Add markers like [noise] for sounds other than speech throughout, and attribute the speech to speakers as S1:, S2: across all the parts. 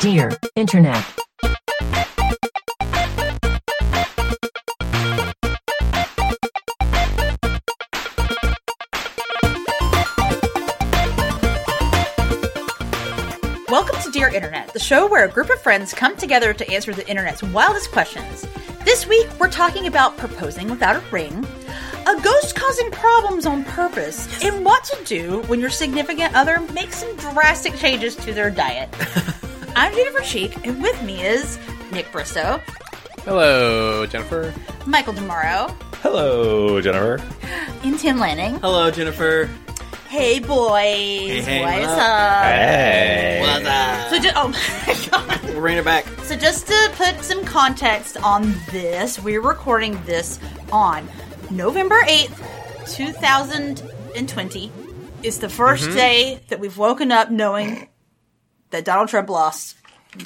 S1: Dear Internet.
S2: Welcome to Dear Internet, the show where a group of friends come together to answer the internet's wildest questions. This week, we're talking about proposing without a ring, a ghost causing problems on purpose, and what to do when your significant other makes some drastic changes to their
S3: [laughs]
S2: diet. I'm Jennifer Sheik, and with me is Nick Bristow,
S4: Hello, Jennifer.
S2: Michael Demaro,
S5: Hello, Jennifer.
S2: and Tim Lanning.
S3: Hello, Jennifer.
S2: Hey, boys.
S3: hey,
S2: What's
S3: what
S2: up?
S5: Hey.
S3: What's up?
S2: So, ju- oh [laughs] my god.
S3: We'll bring it back.
S2: So, just to put some context on this, we're recording this on November 8th, 2020. It's the 1st
S4: Mm-hmm.
S2: day that we've woken up knowing that Donald Trump lost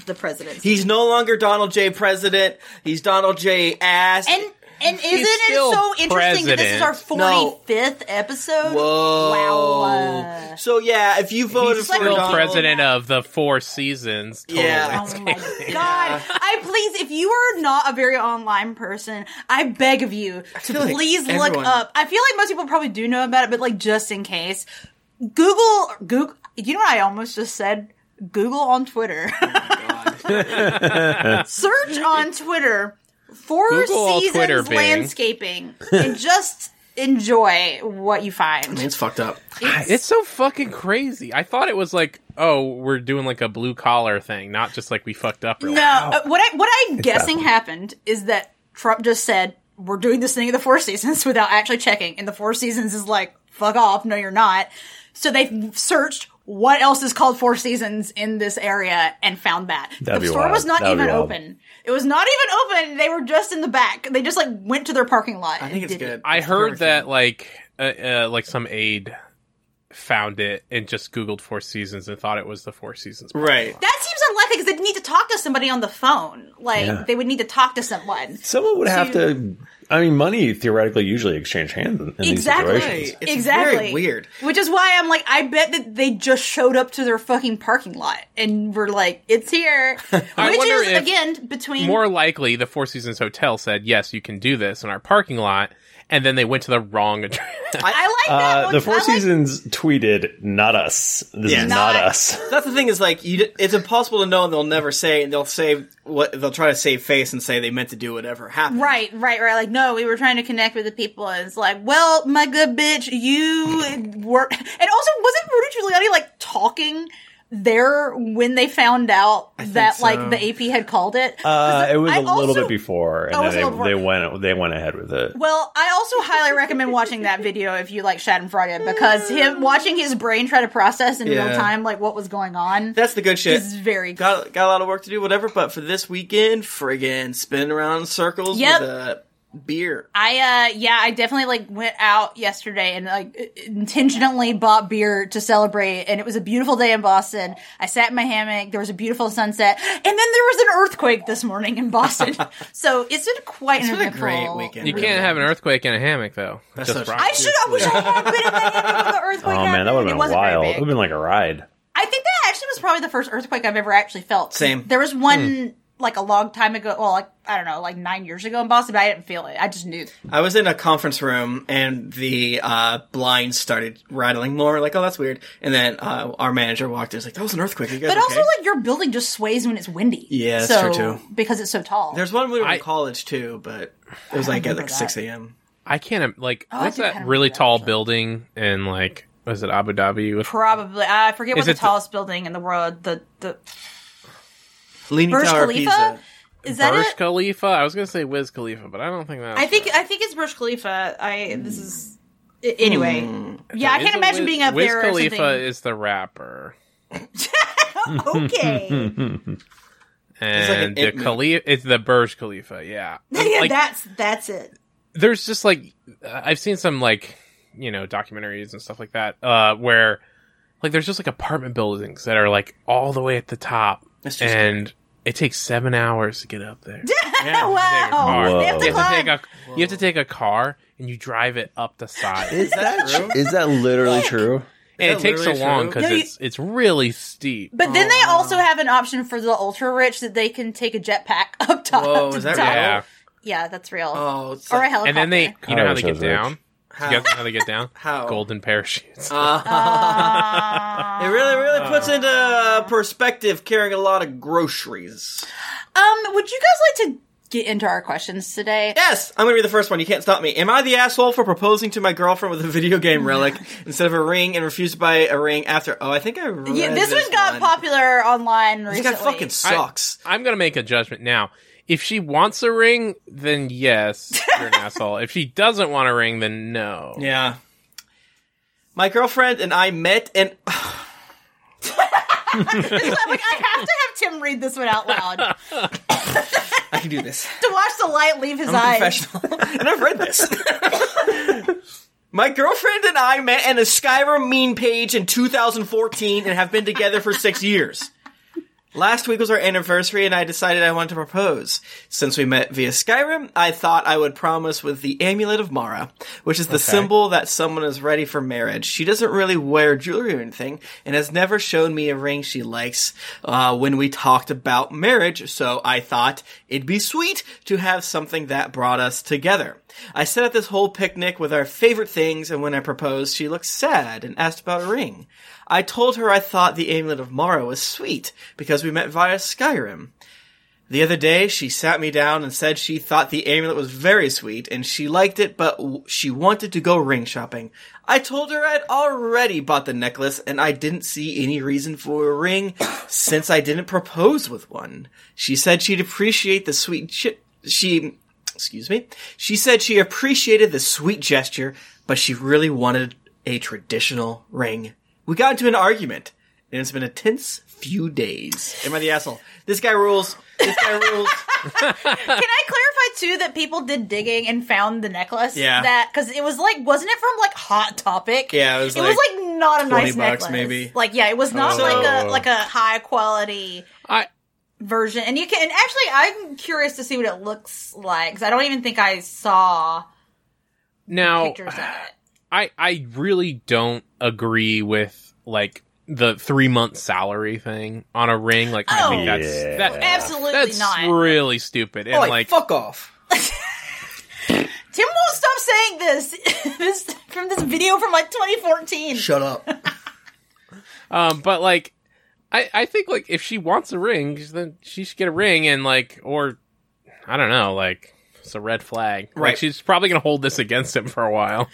S2: the presidency.
S3: He's no longer Donald J. President. He's Donald J. Ass.
S2: and and isn't it
S4: still
S2: so interesting that this is our
S4: president.
S2: 45th episode?
S3: Whoa.
S2: Wow.
S3: so yeah, if you voted
S4: He's
S3: for
S4: still
S3: Donald,
S4: president of the Four Seasons. Total
S3: Yeah. [laughs]
S2: Oh
S4: landscape.
S2: my god! I please, if you are not a very online person, I beg of you to
S3: feel like
S2: please look
S3: everyone-
S2: up. I feel like most people probably do know about it, but like just in case, Google Google. You know what I almost just said? Google on Twitter. [laughs] Search on Twitter for
S4: Google all
S2: seasons
S4: Twitter, Bing.
S2: landscaping and just enjoy what you find.
S3: it's fucked up.
S4: It's so fucking crazy. I thought it was like, oh, we're doing like a blue collar thing, not just like we fucked up. Really.
S2: No,
S5: Oh,
S2: uh, what I what I'm guessing happened is that Trump just said we're doing this thing at the Four Seasons [laughs] without actually checking, and the Four Seasons is like, "Fuck off, no, you're not." So they searched what else is called Four Seasons in this area and found that
S5: That'd
S2: the
S5: be
S2: store
S5: wild.
S2: was not
S5: That'd be
S2: even
S5: wild.
S2: open. It was not even open. They were just in the back. They just like went to their parking lot.
S3: I think it's good.
S4: I
S3: It's
S4: heard
S3: perfect.
S4: that like, uh, uh, like some aide found it and just Googled Four Seasons and thought it was the Four Seasons.
S3: Right.
S2: That seems unlikely because they'd need to talk to somebody on the phone. Like
S5: Yeah.
S2: they would need to talk to someone.
S5: Someone would have to. I mean, money theoretically usually exchange hands in, in
S2: Exactly.
S5: these situations.
S3: It's
S2: exactly.
S3: very weird.
S2: Which is why I'm like, I bet that they just showed up to their fucking parking lot and were like, "It's
S5: [laughs]
S2: here."
S4: I
S2: Which
S4: wonder
S2: is
S4: if
S2: again between
S4: More likely, the Four Seasons Hotel said, yes, you can do this in our parking lot, and then they went to the wrong [laughs] address.
S2: I like that.
S5: Uh,
S2: one.
S5: the Four
S2: I like-
S5: Seasons tweeted, "Not us. This
S3: Yeah.
S5: is not,
S2: Not-
S5: us."
S3: That's the thing is like you, d- it's impossible to know, and they'll never say, and they'll say what they'll try to save face and say they meant to do whatever happened.
S2: Right, right, right. Like, no, we were trying to connect with the people, and it's like, well, my good bitch, you were. [laughs] And also, wasn't Rudy Giuliani like talking there when they found out that
S3: so.
S2: like the AP had called it?
S5: [laughs] Uh, it was a
S2: I
S5: little
S2: also-
S5: bit before,
S2: Oh, it
S5: and
S2: was a
S5: then
S2: little
S5: they, they went they went ahead with it.
S2: Well, I also highly recommend watching
S3: [laughs]
S2: that video if you like Schadenfreude because him watching his brain try to process in real
S3: Yeah.
S2: time like what was going on
S3: That's the good shit.
S2: is very good.
S3: got got a lot of work to do, whatever. But for this weekend, friggin' spin around in circles
S2: Yep.
S3: with a beer.
S2: I uh yeah, I definitely like went out yesterday and like intentionally bought beer to celebrate and it was a beautiful day in Boston. I sat in my hammock, there was a beautiful sunset, and then there was an earthquake this morning in
S3: [laughs]
S2: Boston. so it's been quite an
S3: It's been a
S2: eventful-
S3: great weekend.
S4: you can't have an earthquake in a hammock, though.
S3: such-
S4: rock.
S2: I should I wish I had been in my hammock when the earthquake
S5: Oh man, that
S2: happened. It
S5: would have been
S2: wasn't very
S5: wild. It
S2: big.
S5: would have been like
S2: [laughs]
S5: a ride.
S2: I think that actually was probably the first earthquake I've ever actually felt.
S3: Same. Hmm.
S2: There was one like a long time ago. Well, like I don't know, like nine years ago in Boston, but I didn't feel it. I just knew.
S3: I was in a conference room and the uh, blinds started rattling more. Like, oh, that's weird. And then uh, our manager walked in. He's like, that was an earthquake. You guys
S2: But
S3: okay?
S2: also, like your building just sways when it's windy.
S3: Yeah, that's
S2: so,
S3: true, too.
S2: Because it's so tall.
S3: there's one we were
S4: I-
S3: in college too, but it was like at like
S2: that.
S3: six a.m.
S4: I can't im- like
S2: Oh, I
S4: what's
S2: do
S4: that
S2: kinda
S4: really
S2: remember that,
S4: tall building in like was it Abu Dhabi with
S2: probably I forget what
S4: Is
S2: the
S4: it the-
S2: tallest building in the world. The the
S3: Leaning
S2: Burj
S3: Tower
S2: Khalifa?
S3: Pizza.
S2: is that
S4: Burj
S2: it?
S4: Khalifa? I was gonna say Wiz Khalifa, but I don't think that.
S2: I think I think it's Burj Khalifa. I this is i- anyway.
S3: Hmm.
S2: Yeah, I
S4: Is
S2: can't
S4: it
S2: imagine
S4: Wiz-
S2: being up
S4: Wiz
S2: there.
S4: Khalifa
S2: or something.
S4: is the rapper, [laughs]
S2: okay. [laughs]
S3: like
S4: and
S3: an
S4: the
S3: Ip Man.
S4: Khalifa it's the Burj Khalifa. Yeah,
S2: [laughs] yeah,
S4: Like,
S2: that's that's it. [laughs]
S4: there's just like uh, I've seen some like you know documentaries and stuff like that uh, where like there's just like apartment buildings that are like all the way at the top,
S3: That's too scary.
S4: and it takes seven hours to get up there.
S3: Yeah.
S2: wow.
S5: Whoa.
S2: They have to
S5: You
S4: You have to take
S2: climb.
S4: a you have to take a car and you drive it up the side.
S5: Is that
S3: true?
S5: Is that literally true?
S3: that
S4: and it takes so
S3: literally
S4: long
S3: true?
S4: because
S2: No, you-
S4: it's it's really steep.
S2: But then
S3: Um,
S2: they also have an option for the ultra rich that they can take a jetpack [laughs] up top.
S3: Whoa,
S2: to
S3: is that
S2: the top.
S3: real?
S4: yeah,
S2: Yeah, that's real.
S3: Oh, it's
S2: or a
S3: like-
S2: helicopter.
S4: and then they you know
S5: Oh,
S4: how they
S5: so
S4: get
S5: it's rich.
S4: down. You
S3: how?
S4: guys know how they get down?
S3: How? Uh.
S4: Golden parachutes.
S2: Uh,
S3: [laughs]
S2: Ah.
S3: It really, really puts into uh, perspective carrying a lot of groceries.
S2: um, would you guys like to get into our questions today?
S3: Yes, I'm gonna be the first one. You can't stop me. Am I the asshole for proposing to my girlfriend with a video
S2: [laughs]
S3: game relic instead of a ring and refused to buy a ring after? Oh, I think I. Read
S2: Yeah, this, one
S3: one
S2: got popular online
S3: This
S2: recently.
S3: guy fucking sucks.
S4: I'm gonna make a judgment now. If she wants a ring, then yes, you're an asshole. If she doesn't want a ring, then no.
S3: yeah. My girlfriend and I met, and
S2: I'm like, I have to have Tim read this one out
S3: [laughs]
S2: loud to
S3: [laughs] I can do this.
S2: watch the light leave his
S3: I'm a
S2: eyes.
S3: professional, [laughs] and I've read this. [laughs] My girlfriend and I met in a Skyrim mean page in 2014 and have been together for six years. Last week was our anniversary, and I decided I wanted to propose. Since we met via Skyrim, I thought I would promise with the Amulet of Mara, which is the symbol that someone is ready for marriage. She doesn't really wear jewelry or anything, and has never shown me a ring she likes uh, when we talked about marriage, so I thought it'd be sweet to have something that brought us together. I set up this whole picnic with our favorite things, and when I proposed, she looked sad and asked about a ring. I told her I thought the amulet of Mara was sweet because we met via Skyrim. The other day, she sat me down and said she thought the amulet was very sweet and she liked it, but w- she wanted to go ring shopping. I told her I'd already bought the necklace and I didn't see any reason for a ring [coughs] since I didn't propose with one. She said she'd appreciate the sweet chi- she excuse me. She said she appreciated the sweet gesture, but she really wanted a traditional ring. We got into an argument, and it's been a tense few days. Am I the asshole? This guy rules. This guy [laughs] rules.
S2: Can I clarify too that people did digging and found the necklace?
S3: Yeah.
S2: That because it was like wasn't it from like Hot Topic?
S3: Yeah, it was like
S2: not a
S3: 20
S2: nice
S3: bucks,
S2: necklace.
S3: maybe.
S2: Like yeah, it was not
S3: Oh.
S2: like a
S4: So-
S2: like a high quality
S4: I
S2: version. And you can and actually I'm curious to see what it looks like because I don't even think I saw
S4: now
S2: pictures of
S4: [sighs]
S2: it.
S4: I I really don't agree with like the three month salary thing on a ring. Like I
S2: Oh.
S4: think that's
S5: Yeah.
S4: that,
S2: Absolutely
S4: that's
S2: not.
S4: really stupid. And
S3: Oh, like,
S4: like
S3: fuck off.
S2: Tim won't stop saying this [laughs] this from this video from like 2014.
S3: Shut up.
S4: Um, but like, I I think like if she wants a ring, then she should get a ring and like, or I don't know, like it's a red flag. Like,
S3: Right.
S4: she's probably gonna hold this against him for a while.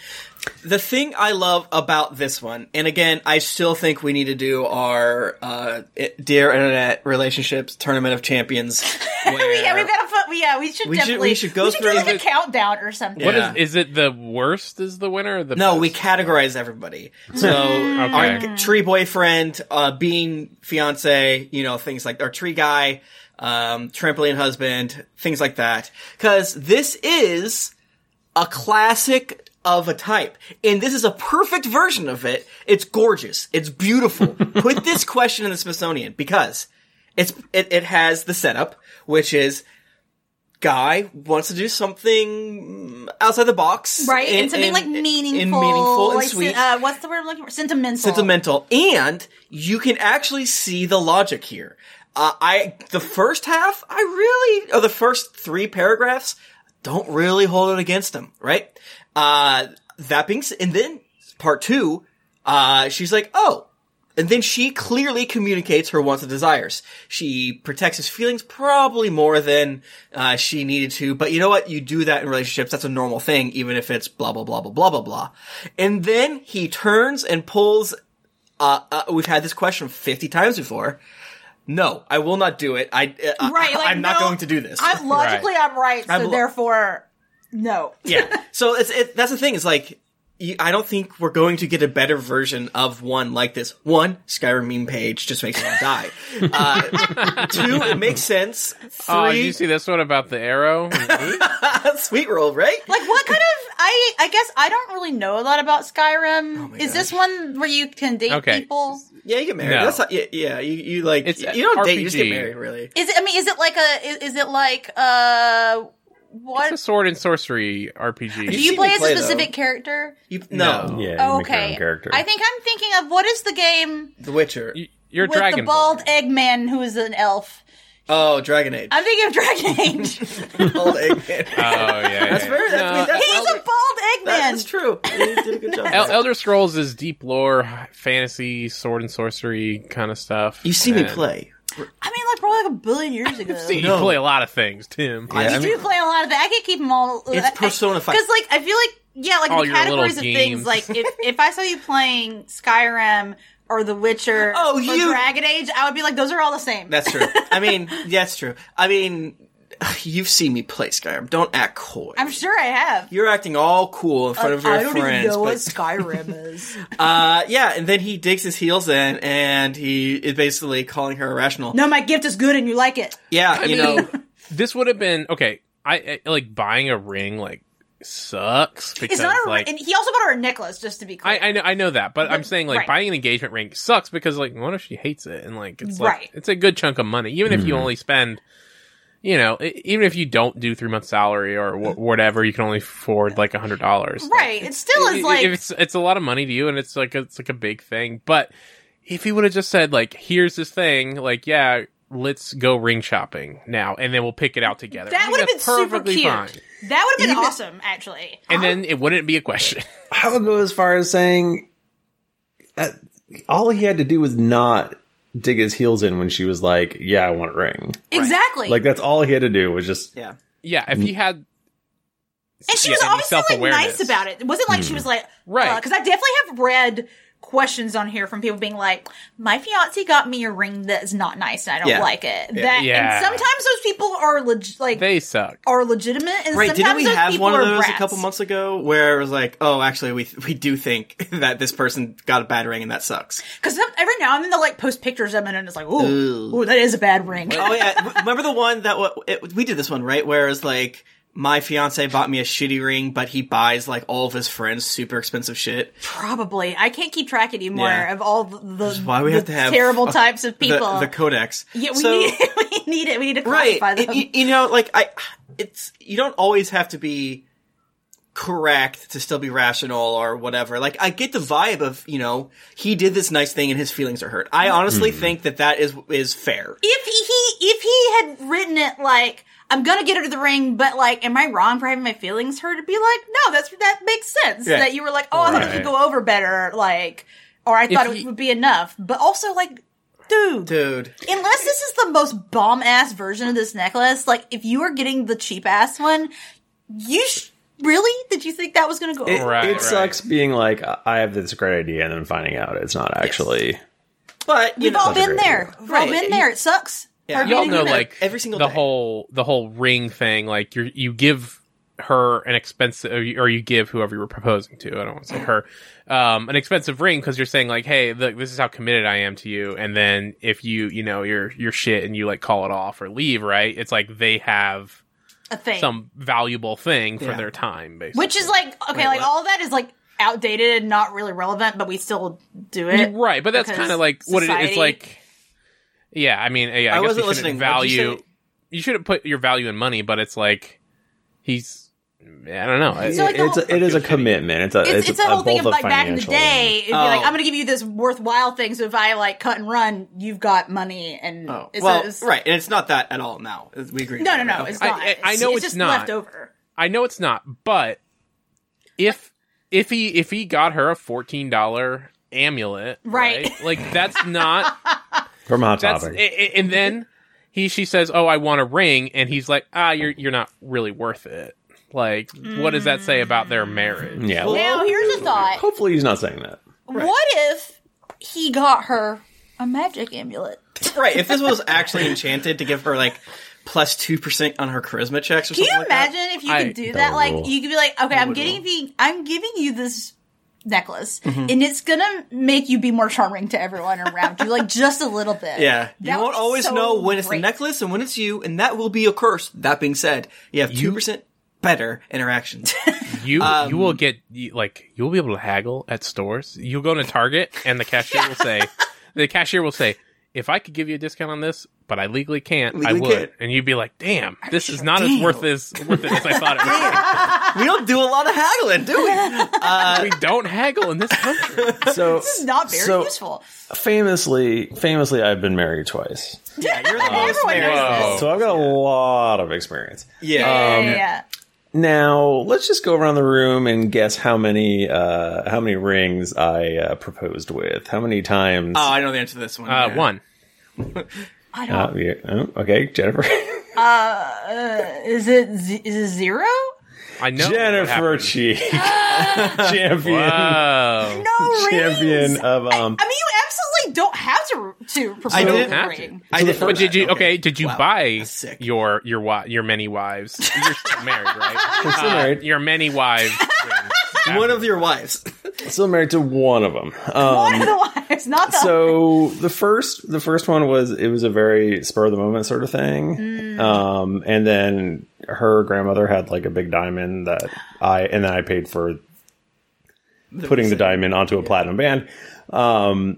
S3: The thing I love about this one, and again, I still think we need to do our uh, Dear Internet Relationships Tournament of [laughs] Champions. where-
S2: Yeah, we've got to put. we- Yeah, we should
S3: We should-
S2: definitely.
S3: we should go
S2: do
S3: through
S2: like a
S3: the-
S2: countdown or something.
S4: What
S3: Yeah.
S4: is is it? The worst is the winner. Or the
S3: No, we
S4: best?
S3: categorize
S4: [laughs]
S3: everybody. So our
S4: Okay.
S3: tree boyfriend, uh, bean fiance, you know, things like our tree guy, um, trampoline husband, things like that. Cause this is a classic of a type. And this is a perfect version of it. It's gorgeous. It's
S4: [laughs]
S3: beautiful. Put this question in the Smithsonian because it's, it, it has the setup, which is guy wants to do something outside the box.
S2: right? And, something like
S3: and-
S2: meaningful,
S3: And meaningful and
S2: like, sen-
S3: sweet.
S2: Uh, what's the word I'm looking for? Sentimental.
S3: sentimental. And you can actually see the logic here. Uh, I, the first half, I really, or the first three paragraphs, don't really hold it against him, right? Uh, that being, s- and then part two, uh, she's like, oh, and then she clearly communicates her wants and desires. She protects his feelings probably more than uh, she needed to, but you know what? You do that in relationships. That's a normal thing, even if it's blah, blah, blah, blah, blah, blah, blah. And then he turns and pulls. Uh, uh, we've had this question 50 times before. No, I will not do it. I, uh,
S2: Right, like,
S3: I'm not
S2: no,
S3: going to do this.
S2: I'm logically, I'm right, so
S3: I'm lo-
S2: therefore, no.
S3: [laughs] yeah. So it's it, that's the thing. It's like you, I don't think we're going to get a better version of one like this. One Skyrim meme page just makes me want to
S4: [laughs]
S3: die. Uh, two, it makes sense.
S4: Oh, did
S3: Three,
S4: you see this one about
S2: [laughs]
S4: the arrow?
S3: [laughs] sweet roll, right?
S2: Like what kind of? I I guess I don't really know a lot about Skyrim. Is this one where you can date
S4: Okay.
S2: people?
S3: Yeah, you get married.
S4: No.
S3: That's not, yeah, yeah. You, you like
S4: It's
S3: you don't date. You just get
S4: RPG.
S3: married, really.
S2: Is it? I mean, is it like a? Is, is it like uh? what?
S4: It's a sword and sorcery RPG.
S2: do
S3: You've
S2: you
S3: seen
S2: play
S3: me
S2: as
S3: play,
S2: a specific
S3: though.
S2: character?
S3: You, no,
S4: No.
S5: Yeah,
S2: Oh,
S5: you make your
S2: okay.
S5: own character.
S2: I think I'm thinking of what is the game
S3: The Witcher.
S4: You- You're a
S2: with
S4: dragon.
S2: the bald Eggman who is an elf.
S3: Oh, Dragon Age.
S2: I'm thinking of Dragon Age.
S3: [laughs] Bald
S4: [laughs]
S3: Eggman.
S4: Oh
S2: [laughs]
S4: yeah, yeah,
S3: That's
S4: yeah.
S3: very. That's, I mean, that's
S2: He's a
S3: Elder-
S2: bald Eggman.
S3: That's true. You did a good job.
S4: El- Elder Scrolls is deep lore, fantasy, sword and sorcery kind of stuff.
S3: you see me
S4: And-
S3: play.
S2: I mean, like probably like a billion years ago.
S4: I've seen
S3: No.
S4: [laughs] you play a lot of things, Tim.
S3: I-
S2: you do play a lot of that. I could keep them all.
S3: It's Persona five.
S2: Because like I feel like yeah, like
S4: All
S2: the
S4: your little
S2: categories of things.
S4: games.
S2: Like if if I saw you playing Skyrim or The Witcher
S3: [laughs] Oh,
S2: or
S3: you-
S2: Dragon Age, I would be like, those are all the same.
S3: That's true. I mean, that's true. I mean, [sighs] you've seen me play Skyrim. Don't act coy.
S2: I'm sure I have.
S3: You're acting all cool in front of your
S2: I don't
S3: friends.
S2: even know what
S3: but-
S2: Skyrim is.
S3: [laughs] Uh, yeah, and then he digs his heels in, and he is basically calling her
S2: [laughs]
S3: irrational.
S2: no, my gift is good and you like it.
S3: Yeah, you know,
S2: [laughs]
S4: this would have been okay. I, I like buying a ring like sucks because
S2: It's not a
S4: like
S2: ring. He also bought her a necklace, just to be clear.
S4: I, I know I know that, but I'm saying like
S2: right.
S4: buying an engagement ring sucks because like what if she hates it and like it's like
S2: Right.
S4: it's a good chunk of money even if you
S3: Hmm.
S4: only spend you know e- even if you don't do three months salary or wh- whatever you can only afford like a hundred dollars
S2: right. It still is
S4: It-
S2: like.
S4: it's it's a lot of money to you and it's like it's like a big thing but if he would have just said like here's this thing like yeah let's go ring shopping now and then we'll pick it out together I
S2: that
S4: think
S2: would have been
S4: that's
S2: super
S4: perfectly
S2: cute.
S4: fine.
S2: That would have been
S5: Even-
S2: awesome, actually.
S4: and then it wouldn't be a question [laughs]
S5: I would go as far as saying that all he had to do was not dig his heels in when she was like, "Yeah, I want a ring."
S2: Exactly.
S5: Like that's all he had to do was just
S3: yeah.
S4: yeah if he had
S2: And she
S4: yeah,
S2: was
S4: and
S2: obviously like nice
S4: self-awareness.
S2: about it. It wasn't like
S3: Hmm.
S2: she was like,
S4: Right.
S2: Because I definitely have read questions on here from people being like, "My fiance got me a ring that is not nice, and I don't
S3: Yeah.
S2: like it." That
S4: Yeah.
S2: and sometimes those people are leg- like
S4: they suck
S2: are legitimate, and
S3: Right?
S2: sometimes
S3: Didn't we
S2: those
S3: have
S2: people
S3: one of
S2: are
S3: those
S2: brats.
S3: a couple months ago where it was like, oh, actually, we we do think [laughs] that this person got a bad ring and that sucks.
S2: Because every now and then they'll like post pictures of it, and it's like, "Ooh,
S3: Ooh.
S2: ooh, that is a bad ring."
S3: Oh yeah, remember the one that wa- it, we did this one right? Where it was like, my fiance bought me a shitty ring, but he buys like all of his friends super expensive shit.
S2: Probably, I can't keep track anymore
S3: Yeah.
S2: of all the, the,
S3: why we
S2: the
S3: have to have [laughs]
S2: terrible types of
S3: The,
S2: people.
S3: the codex.
S2: yeah, we
S3: So-
S2: need [laughs] we need it. We need to
S3: right
S2: classify
S3: It-
S2: them.
S3: you, you know like i it's you don't always have to be correct to still be rational or whatever like i get the vibe of you know he did this nice thing and his feelings are hurt i
S2: Mm-hmm.
S3: honestly think that that is is fair
S2: if he if he had written it like I'm gonna get her to the ring, but like, am I wrong for having my feelings hurt? It'd be like, no, that's that makes sense.
S3: Yeah.
S2: That you were like, oh, I thought it
S4: Right.
S2: could go over better, like, or I thought
S4: he-
S2: it would be enough. But also, like, dude,
S3: dude
S2: unless this is the most bomb ass version of this necklace, like, if you are getting the cheap ass one, you sh- really did you think that was gonna go over?
S4: Right,
S5: it
S4: right.
S5: sucks being like, I I have this great idea, and then finding out it's not actually.
S3: but you
S2: We've all
S3: know
S2: been
S5: great
S2: there. We've all
S3: Right.
S2: been there. It sucks. Part of
S4: y'all
S2: being
S4: know
S2: human.
S4: like
S3: every single
S4: the
S3: day.
S4: whole the whole ring thing like you you give her an expensive or you, or you give whoever you were proposing to i don't want to say her um an expensive ring because you're saying like hey look this is how committed i am to you and then if you you know you're you're shit and you like call it off or leave right it's like they have
S2: a thing.
S4: some valuable thing for
S3: Yeah.
S4: their time basically
S2: Which is like okay,
S3: Wait,
S2: like
S3: what?
S2: all that is like outdated and not really relevant, but we still do
S4: Yeah,
S2: it.
S4: right but that's
S2: because
S4: kind of like what it is
S2: society-
S4: it's like yeah i mean yeah, i,
S3: I
S4: guess
S3: wasn't
S4: you shouldn't
S3: listening. What'd you
S4: value
S3: say?
S4: you, shouldn't put your value in money but it's like he's i don't know I-
S2: So, like, the
S5: it's a,
S2: whole-
S5: it is a commitment. It's a
S2: It's, it's, a whole thing of
S5: both a
S2: like back in the
S5: financial
S2: day, it'd be like
S3: Oh.
S2: I'm going to give you this worthwhile thing. So if I like cut and run, you've got money, and
S3: oh,
S2: it's
S3: well
S2: it's-
S3: right and it's not that at all now we agree
S2: No, no,
S3: with that.
S2: no,
S3: Okay.
S2: it's
S4: I-
S2: not.
S4: I- I know it's
S2: just
S4: not.
S2: left over.
S4: I know it's not, but if if he if he got her a fourteen dollar amulet,
S2: Right.
S4: Like that's not
S5: thing. From Hot
S4: that's
S5: Topic.
S4: a- a- and then he she says, "Oh, I want a ring," and he's like, "Ah, you're you're not really worth it." Like, what does that say about their marriage?
S5: Yeah.
S3: Well-
S5: well,
S2: Now here's a thought:
S5: hopefully he's not saying
S2: [laughs]
S5: that.
S2: What if he got her a magic amulet?
S3: right if this was actually enchanted to give her like plus 2% on her charisma checks or
S2: Can
S3: something
S2: you
S3: like that
S2: imagine if you
S4: I-
S2: could do
S5: That
S2: that?
S5: would
S2: Like
S5: rule.
S2: you could be like, okay, I'm getting the, I'm giving you this necklace,
S3: Mm-hmm.
S2: and it's gonna make you be more charming to everyone around you, like just a little bit.
S3: Yeah.
S2: That
S3: you won't
S2: was
S3: always
S2: so
S3: know when it's
S2: great.
S3: the necklace and when it's you, and that will be a curse. That being said, you have 2% better interactions.
S4: You
S3: Um,
S4: you will get you- like you will be able to haggle at stores.
S3: [laughs]
S4: You'll go to Target, and the cashier will say, the cashier will say, "If I could give you a discount on this, but I legally can't, I
S3: Legally
S4: would.
S3: can't.
S4: And you'd be like, damn, this is not as
S3: damn.
S4: worth as worth it as I thought
S3: [laughs]
S4: it
S3: We don't do a lot of haggling,
S2: [laughs]
S3: do we?
S4: was. we don't haggle in
S3: [laughs]
S4: this country.
S5: So
S2: This is not very
S5: so
S3: um,
S2: useful.
S5: Famously, famously, I've been married twice,
S3: Yeah, you're the most
S2: Uh, Everyone knows
S3: married.
S4: Whoa. Uh,
S5: so I've got a lot of experience.
S3: Yeah.
S4: Um,
S2: yeah, yeah.
S5: Now let's just go around the room and guess how many uh, how many rings I uh, proposed with. How many times?
S3: oh, I know the answer to this one.
S4: Uh,
S3: Yeah.
S4: one.
S2: I don't.
S5: Uh, yeah. Oh, okay,
S4: [laughs]
S5: Jennifer.
S2: is it z- is it zero?
S4: I know. what
S5: Jennifer
S4: happened.
S2: [laughs]
S5: Cheek, champion,
S4: Whoa.
S3: [laughs]
S2: No
S5: champion
S2: rings.
S5: of um.
S2: I mean, you absolutely don't have to to propose
S3: I
S2: a
S3: don't
S4: have
S2: ring.
S4: to.
S3: I did,
S4: But did you okay? Did you
S3: Wow,
S4: buy
S3: that's sick.
S4: your your wi- your many wives? You're still married, right?
S3: [laughs]
S5: I'm still married.
S4: Your many wives. ring.
S3: One of your wives.
S5: Still married to one of them. Um,
S2: One of the wives, [laughs] not the
S5: so the first the first one was it was a very spur of the moment sort of thing um and then her grandmother had like a big diamond that i and then i paid for putting
S3: [laughs]
S5: the diamond onto a platinum band um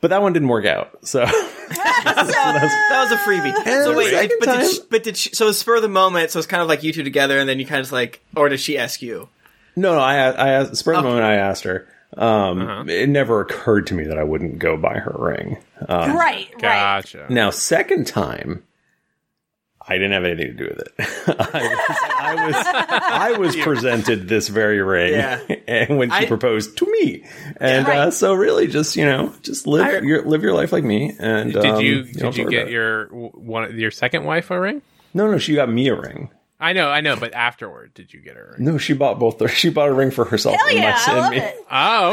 S5: but that one didn't work out so [laughs]
S3: [laughs] That was a freebie. so
S5: the
S3: wait, I,
S5: second
S3: but did
S5: time-
S3: she, but did she, so it was spur of the moment? So it's kind of like you two together, and then you kind of just like, or did she ask you?
S5: no no i a- i asked spur of the moment i asked her um it never occurred to me that i wouldn't go buy her ring
S2: [laughs] right, right.
S4: Gotcha.
S5: Now, second time, I didn't have anything to do with it. [laughs] I was, I was, I was presented this very ring,
S3: Yeah.
S5: [laughs] and when she
S3: I-
S5: proposed to me, and
S2: Yeah.
S5: uh, so really, just you know, just live
S3: I-
S5: your live your life like me. And
S4: Did
S5: um,
S4: you did
S5: don't have to
S4: you
S5: worry
S4: get
S5: about it.
S4: your w- one your second wife a ring?
S5: no no? She got me a ring.
S4: I know, I know, but afterward, did you get her? a ring?
S5: No, she bought both. Their, [laughs] she bought a ring for herself.
S2: Hell
S5: and my
S2: yeah, I
S5: son and
S2: love
S5: me.
S2: it.
S4: Oh,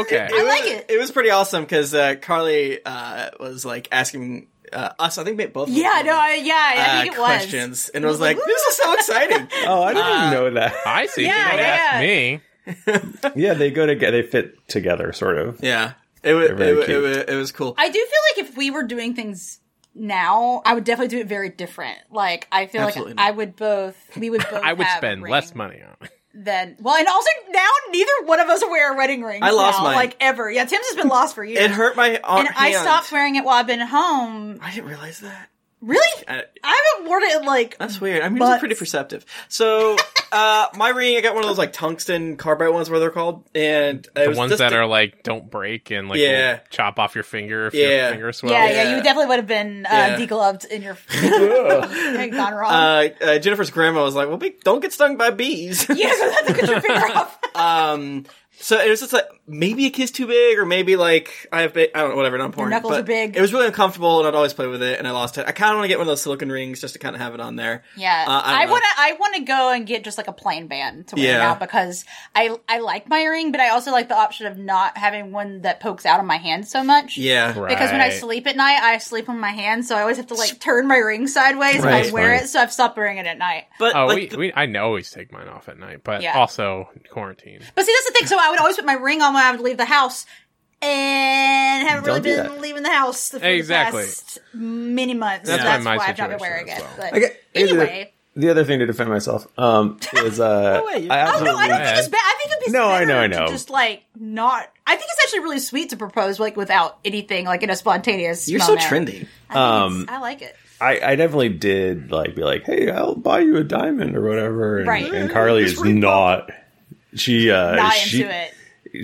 S2: [laughs]
S4: okay.
S2: I like it.
S3: It was pretty awesome because uh, Carly uh, was like asking uh, us. I think maybe both. of
S2: Yeah,
S3: us,
S2: no, I, yeah, I
S3: uh,
S2: think it was.
S3: questions, and it was like, this is so
S2: [laughs]
S3: exciting.
S5: Oh, I didn't even know that.
S4: I see.
S2: Yeah,
S4: Yeah, you
S2: yeah,
S4: ask
S2: yeah.
S4: me.
S5: [laughs] Yeah, they go together. They fit together, sort of.
S3: yeah, it was it,
S5: very
S3: wa- it,
S5: cute.
S3: wa- it was cool.
S2: I do feel like if we were doing things now, I would definitely do it very different. Like I feel
S3: Absolutely
S2: like
S3: not.
S2: I would both. We would both.
S4: [laughs] I would
S2: have
S4: spend
S2: a
S4: less
S2: ring
S4: money on. it.
S2: than well, and also now neither one of us wear wedding rings.
S3: I lost
S2: now,
S3: mine.
S2: like ever. Yeah, Tim's
S3: [laughs]
S2: has been lost for years.
S3: It hurt my arm.
S2: And I stopped wearing it while I've been home.
S3: I didn't realize that.
S2: Really?
S3: I-
S2: I haven't worn it in like
S3: That's weird. I'm
S2: But-
S3: usually pretty perceptive. So, uh, my ring, I got one of those like tungsten carbide ones, where they're called, and it
S4: [laughs] The
S3: was
S4: ones
S3: just
S4: that
S3: a-
S4: are like don't break and like
S3: Yeah.
S4: will chop off your finger if
S3: Yeah.
S4: your finger swells.
S2: yeah, yeah,
S3: yeah.
S2: You definitely would have been uh,
S3: Yeah.
S2: degloved in
S3: [laughs]
S2: your [laughs] had gone wrong.
S3: Uh, uh, Jennifer's grandma was like, "Well, be- don't get stung by bees." [laughs]
S2: yeah, so [laughs] that's get your finger off.
S3: um, so it was just like maybe a kiss too big, or maybe like I have, big, I don't know, whatever. Not important.
S2: knuckles
S3: but
S2: are big.
S3: It was really uncomfortable, and I'd always play with it, and I lost it. I kind of want to get one of those silicone rings just to kind of have it on there.
S2: Yeah,
S3: Uh, I,
S2: I
S3: want
S2: want to. I want to go and get just like a plain band to wear
S3: Yeah.
S2: now because I I like my ring, but I also like the option of not having one that pokes out of my hand so much.
S3: Yeah.
S4: Right.
S2: Because when I sleep at night, I sleep on my hand, so I always have to like turn my ring sideways
S5: Right.
S2: if I wear
S5: Fine.
S2: it. So I've stopped wearing it at night.
S3: But
S4: Oh,
S3: like,
S4: we,
S3: the-
S4: we, I know always take mine off at night, but
S2: Yeah.
S4: also quarantine.
S2: But see, that's the thing. So I would always put my ring on when I would leave the house, and haven't really
S5: Don't do
S2: been
S5: that.
S2: leaving the house for
S4: Exactly.
S2: the past many months.
S4: That's
S2: so that's
S4: been my
S2: why I've not been
S4: situation
S2: wearing
S4: as
S2: it.
S4: well.
S2: But
S5: I get- I guess the-
S2: anyway.
S5: The other thing to defend myself um, is uh,
S3: way, you're-
S5: I
S2: Oh no, I
S5: absolutely
S2: don't think it's bad. I think it'd be
S5: No, I
S2: better
S5: know, I
S2: to
S5: know.
S2: Just like not. I think it's actually really sweet to propose like without anything like in a spontaneous.
S3: you're so
S2: moment.
S3: trendy.
S2: I,
S5: Um,
S2: think it's- I like it.
S5: I, I definitely did like be like, hey, I'll buy you a diamond or whatever. And,
S2: Right.
S5: and Carly is not. She uh,
S2: Not
S5: she,
S2: into it.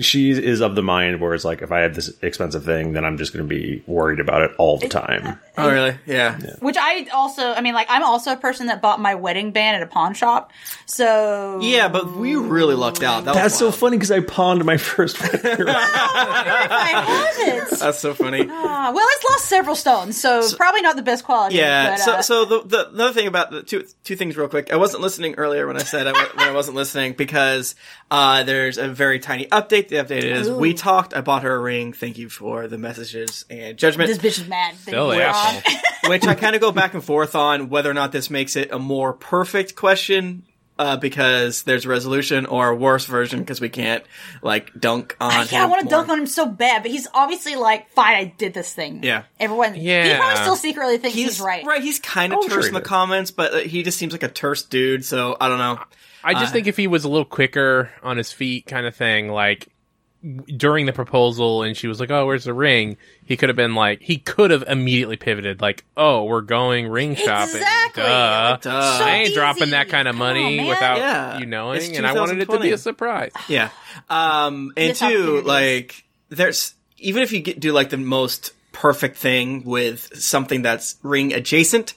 S5: She is of the mind where it's like, if I have this expensive thing, then I'm just going to be worried about it all the time.
S3: Oh, really? Yeah.
S2: Which I also, I mean, like I'm also a person that bought my wedding band at a pawn shop. So
S3: Yeah, but we really lucked out. That
S5: That's
S3: was
S5: so
S3: wild.
S5: funny because I pawned my [laughs] first.
S2: I have
S3: [laughs]
S2: it.
S3: That's
S2: [laughs]
S3: so funny.
S2: Ah, well, it's lost several stones, so, probably not the best quality.
S3: Yeah.
S2: but,
S3: so,
S2: uh,
S3: so the, the the other thing about the two two things real quick. I wasn't listening earlier when I said I, wa- when I wasn't listening because uh, there's a very tiny update. The update is we talked. I bought her a ring. Thank you for the messages and judgment,
S2: this [laughs] bitch is mad. Ah,
S4: Still
S2: We're on.
S4: asshole.
S3: which I kind of go back and forth on whether or not this makes it a more perfect question. Uh, because there's a resolution or a worse version because we can't like dunk on.
S2: Yeah, I
S3: him
S2: want to
S3: more.
S2: dunk on him so bad, but he's obviously like, fine, I did this thing.
S3: Yeah.
S2: Everyone, he
S4: Yeah.
S2: probably still secretly thinks he's, right.
S3: He's kind of
S5: Oh, sure
S3: terse
S5: he
S3: in the
S5: is.
S3: comments, but uh, he just seems like a terse dude. So I don't know.
S4: I just think if he was a little quicker on his feet, kind of thing, like during the proposal and she was like, "Oh, where's the ring?" He could have been like, he could have immediately pivoted, like, "Oh, we're going ring shopping."
S2: Exactly.
S4: Duh.
S3: Duh.
S2: So
S4: I ain't
S2: easy.
S4: dropping that kind of
S2: Come
S4: money
S2: on, man.
S4: without
S3: Yeah.
S4: you knowing,
S3: It's
S4: and I wanted it to be
S3: 2020.
S4: a surprise.
S3: Yeah. Um, and
S2: Miss
S3: two,
S2: opportunities.
S3: like, there's, even if you get, do like the most perfect thing with something that's ring adjacent,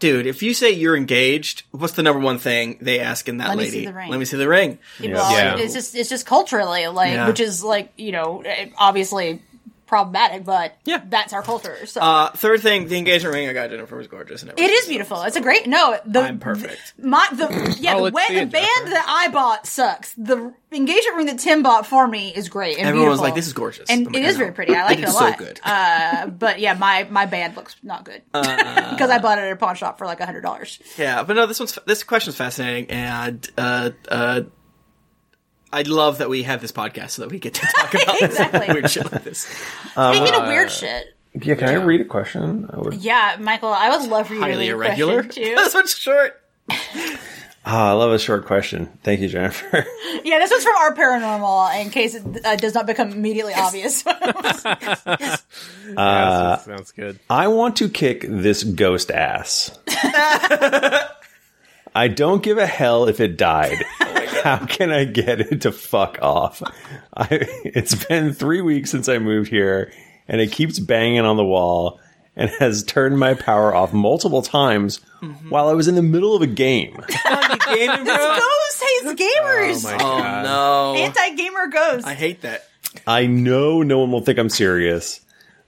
S3: dude, if you say you're engaged, what's the number one thing they ask in that
S2: Let me
S3: lady?
S2: see the ring.
S3: Let me see the ring.
S2: People
S5: Yeah.
S2: all-
S4: Yeah.
S2: It's just it's just culturally like
S3: Yeah.
S2: which is like you know eh, obviously problematic, but
S3: Yeah.
S2: that's our culture. So
S3: Uh, third thing, the engagement ring I got Jennifer was gorgeous. And
S2: it is beautiful. It's a great no. The
S3: I'm perfect.
S2: My
S4: [clears throat]
S2: the yeah
S4: Oh,
S2: the,
S4: let's
S2: way,
S4: see
S2: the
S4: it,
S2: band
S4: Jennifer.
S2: that I bought sucks. The engagement ring that Tim bought for me is great. And
S3: Everyone was
S2: beautiful.
S3: like, "This is gorgeous,"
S2: and
S3: I'm
S2: it
S3: like,
S2: is
S3: "I
S2: very
S3: know.
S2: pretty. I
S3: It [laughs]
S2: like it,
S3: is
S2: a
S3: so
S2: lot.
S3: good.
S2: Uh, but yeah, my my band looks not good [laughs]
S3: Uh,
S2: because I bought it at a pawn shop for like hundred
S3: [laughs]
S2: dollars.
S3: Yeah, but no, this one's this question's fascinating, and uh, uh, I love that we have this podcast so that we get to
S2: [laughs]
S3: talk about
S2: Exactly.
S4: [laughs]
S3: weird shit like this.
S2: Speaking of
S4: Uh,
S2: weird shit,
S5: Yeah, can I read a question? I would.
S2: yeah, Michael, I would love for you to
S3: Highly
S2: read a
S3: irregular.
S2: question,
S3: [laughs]
S2: too.
S4: [laughs]
S3: this one's short.
S5: Ah, I love a short question. Thank you, Jennifer.
S2: Yeah, this one's from our paranormal. In case it uh, does not become immediately
S4: [laughs]
S2: obvious, [laughs] Uh,
S4: Yeah, sounds- sounds good.
S3: uh,
S5: I want to kick this ghost ass. I don't give a hell if it died. How can I get it to fuck off? I, it's been three weeks since I moved here, and it keeps banging on the wall and has turned my power off multiple times
S4: Mm-hmm.
S5: while I was in the middle of
S4: [laughs]
S5: a game.
S3: Oh, you gaming, bro?
S2: ghost hates gamers.
S4: Oh my
S3: Oh
S4: God.
S3: no,
S2: Anti-gamer ghost.
S3: I hate that.
S5: I know no one will think I'm serious,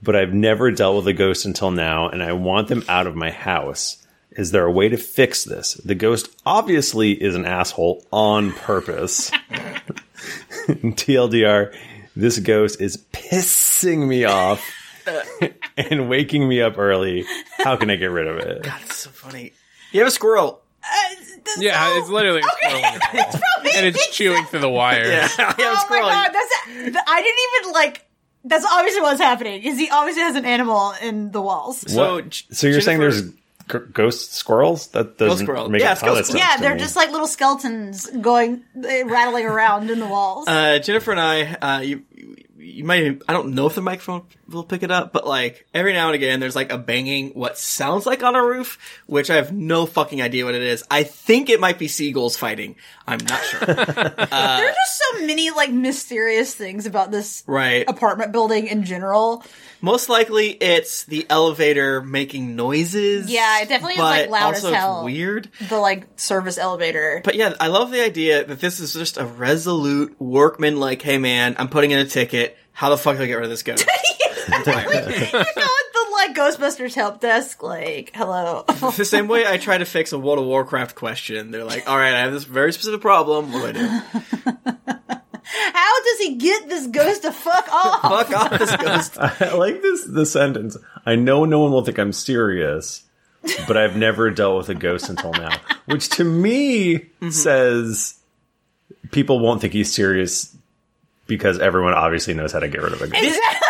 S5: but I've never dealt with a ghost until now, and I want them out of my house. Is there a way to fix this? The ghost obviously is an asshole on purpose. [laughs] TLDR, this ghost is pissing me off [laughs] and waking me up early. How can I get rid of it?
S3: That's so funny. You have a squirrel.
S2: Uh,
S4: Yeah, it's
S2: oh,
S4: literally
S2: [laughs] it's probably
S4: [laughs] and it's chewing through the wire.
S3: [laughs] Yeah, you have a
S2: Oh my
S3: squirrel.
S2: god, that's th- I didn't even like. That's obviously what's happening. Is he obviously has an animal in the walls?
S3: So,
S5: What-
S3: J-
S5: so you're saying there's
S3: Jennifer-
S5: g- ghost squirrels? That doesn't
S3: squirrel.
S5: make
S3: Yeah,
S5: a
S3: it's
S5: ton of
S3: ghost
S5: sense
S3: squirrel.
S2: Yeah,
S5: to
S2: they're
S5: me.
S2: just like little skeletons going eh, rattling around in the walls.
S3: Uh, Jennifer and I, uh, you, you might, I don't know if the microphone will pick it up, but like every now and again, there's like a banging, what sounds like on a roof, which I have no fucking idea what it is. I think it might be seagulls fighting. I'm not sure. [laughs]
S2: there are just so many like mysterious things about this
S3: right.
S2: apartment building in general.
S3: Most likely it's the elevator making noises.
S2: Yeah, it definitely is, like,
S3: but
S2: loud as
S3: also it's
S2: hell.
S3: weird.
S2: The like service
S4: [laughs]
S2: elevator.
S3: But yeah, I love the idea that this is just a resolute workman, like, hey man, I'm putting in a ticket. How the fuck do I get rid of
S2: [laughs]
S3: this ghost?
S2: you know, at the like Ghostbusters help desk, like hello. [laughs]
S3: It's the same way I try to fix a World of Warcraft question. They're like, all right, I have this very specific problem. What do I do?
S2: How does he get this ghost to fuck off?
S3: Fuck off
S2: [laughs]
S3: this ghost.
S5: I like this the sentence. I know no one will think I'm serious, but I've never dealt with a ghost until now, which to me says people won't think he's serious because everyone obviously knows how to get rid of a ghost.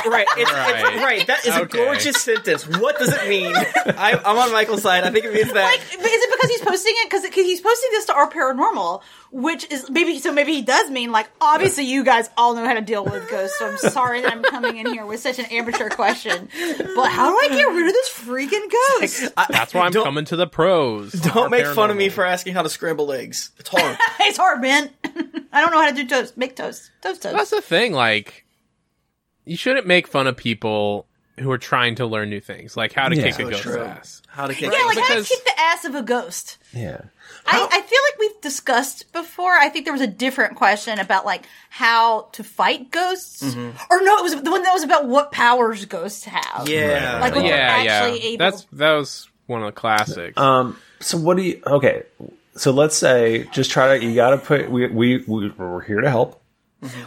S3: Right, it's, right.
S4: Right.
S3: It's, right. That is a
S4: Okay.
S3: gorgeous sentence. What does it mean? I, I'm on Michael's side. I think it means that.
S2: [laughs] like, but is it because he's posting it? Because he's posting this to our paranormal, which is maybe so. Maybe he does mean like obviously you guys all know how to deal with ghosts. So I'm sorry that I'm coming in here with such an amateur question. But how do I get rid of this freaking ghost?
S4: That's why I'm
S3: Don't-
S4: coming to the pros.
S3: don't make fun of me for asking how to scramble eggs. It's hard.
S2: it's hard, man. [laughs] I don't know how to do toast. Make toast. Toast toast.
S4: That's the thing. Like, you shouldn't make fun of people who are trying to learn new things, like how to
S5: Yeah.
S4: kick
S5: So
S4: a ghost's
S3: true.
S4: ass.
S3: How to get
S2: yeah, like
S4: because-
S2: how to kick the ass of a ghost.
S5: Yeah.
S2: I, I feel like we've discussed before. I think there was a different question about like how to fight ghosts,
S5: Mm-hmm.
S2: or no, it was the one that was about what powers ghosts have.
S3: yeah.
S2: Like, when
S4: yeah,
S2: you're
S4: yeah.
S2: actually able-
S4: That's that was one of the classics.
S5: Um. So what do you? Okay. So let's say just try to. You got to put. We we we- we're here to help.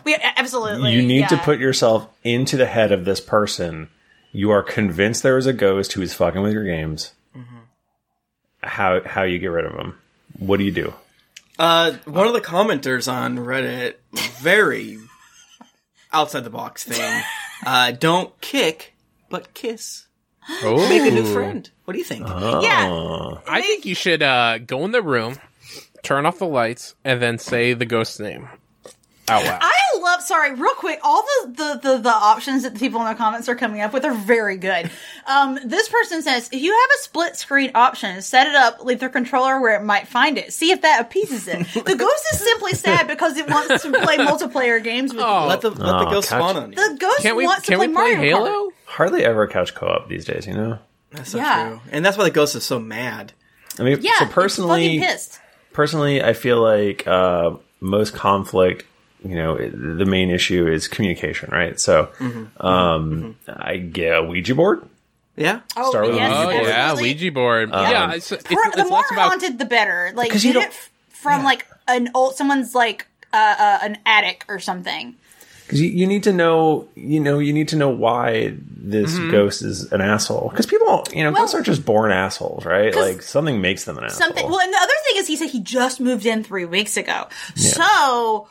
S2: We absolutely.
S5: you need to
S2: yeah.
S5: put yourself into the head of this person. You are convinced there is a ghost who is fucking with your games.
S2: Mm-hmm.
S5: How how you get rid of him? What do you do?
S3: Uh, one of the commenters on Reddit, very outside the box thing. Uh, don't kick, but kiss.
S4: oh,
S3: Make a new friend. What do you think?
S5: Uh-huh.
S2: Yeah,
S4: I think you should uh, go in the room, turn off the lights, and then say the ghost's name out loud.
S2: I up. Sorry, real quick. All the, the, the, the options that the people in the comments are coming up with are very good. Um, this person says, if you have a split screen option, set it up, leave the controller where it might find it. See if that appeases
S5: [laughs]
S2: it. the ghost is simply sad because it wants to play multiplayer games with
S4: Oh.
S2: you.
S3: Let the let the
S5: Oh,
S3: ghost
S5: catch-
S3: spawn on you.
S2: The ghost
S4: Can we
S2: wants
S4: can
S2: to play,
S4: we play
S2: Mario Kart.
S4: Halo?
S5: Hardly ever couch co op these days, you know?
S3: That's so
S2: Yeah.
S3: true. And that's why the ghost is so mad.
S5: I mean,
S2: Yeah,
S5: so
S2: it's
S5: personally,
S2: fucking pissed.
S5: personally, I feel like uh, most conflict, you know, i- the main issue is communication, right? So,
S2: Mm-hmm.
S5: um, I get a Ouija board.
S3: Yeah.
S2: Oh,
S5: start with
S2: yes,
S5: Ouija
S4: oh
S5: board.
S4: yeah,
S2: absolutely.
S4: Ouija board.
S2: Um,
S4: yeah, it's, it's,
S2: Pro-
S4: it's
S2: the more
S4: lots about
S2: haunted, the better. Like,
S5: 'Cause
S2: get
S5: you
S2: it
S5: don't-
S2: f- from like an old someone's like uh, uh, an attic or something.
S5: Because you, you need to know, you know, you need to know why this ghost is an asshole. Because people, you know,
S2: Well-
S5: ghosts are just born assholes, right?
S2: 'Cause
S5: Like something makes them an
S2: Something.
S5: asshole.
S2: Well, and the other thing is, he said he just moved in three weeks ago. So,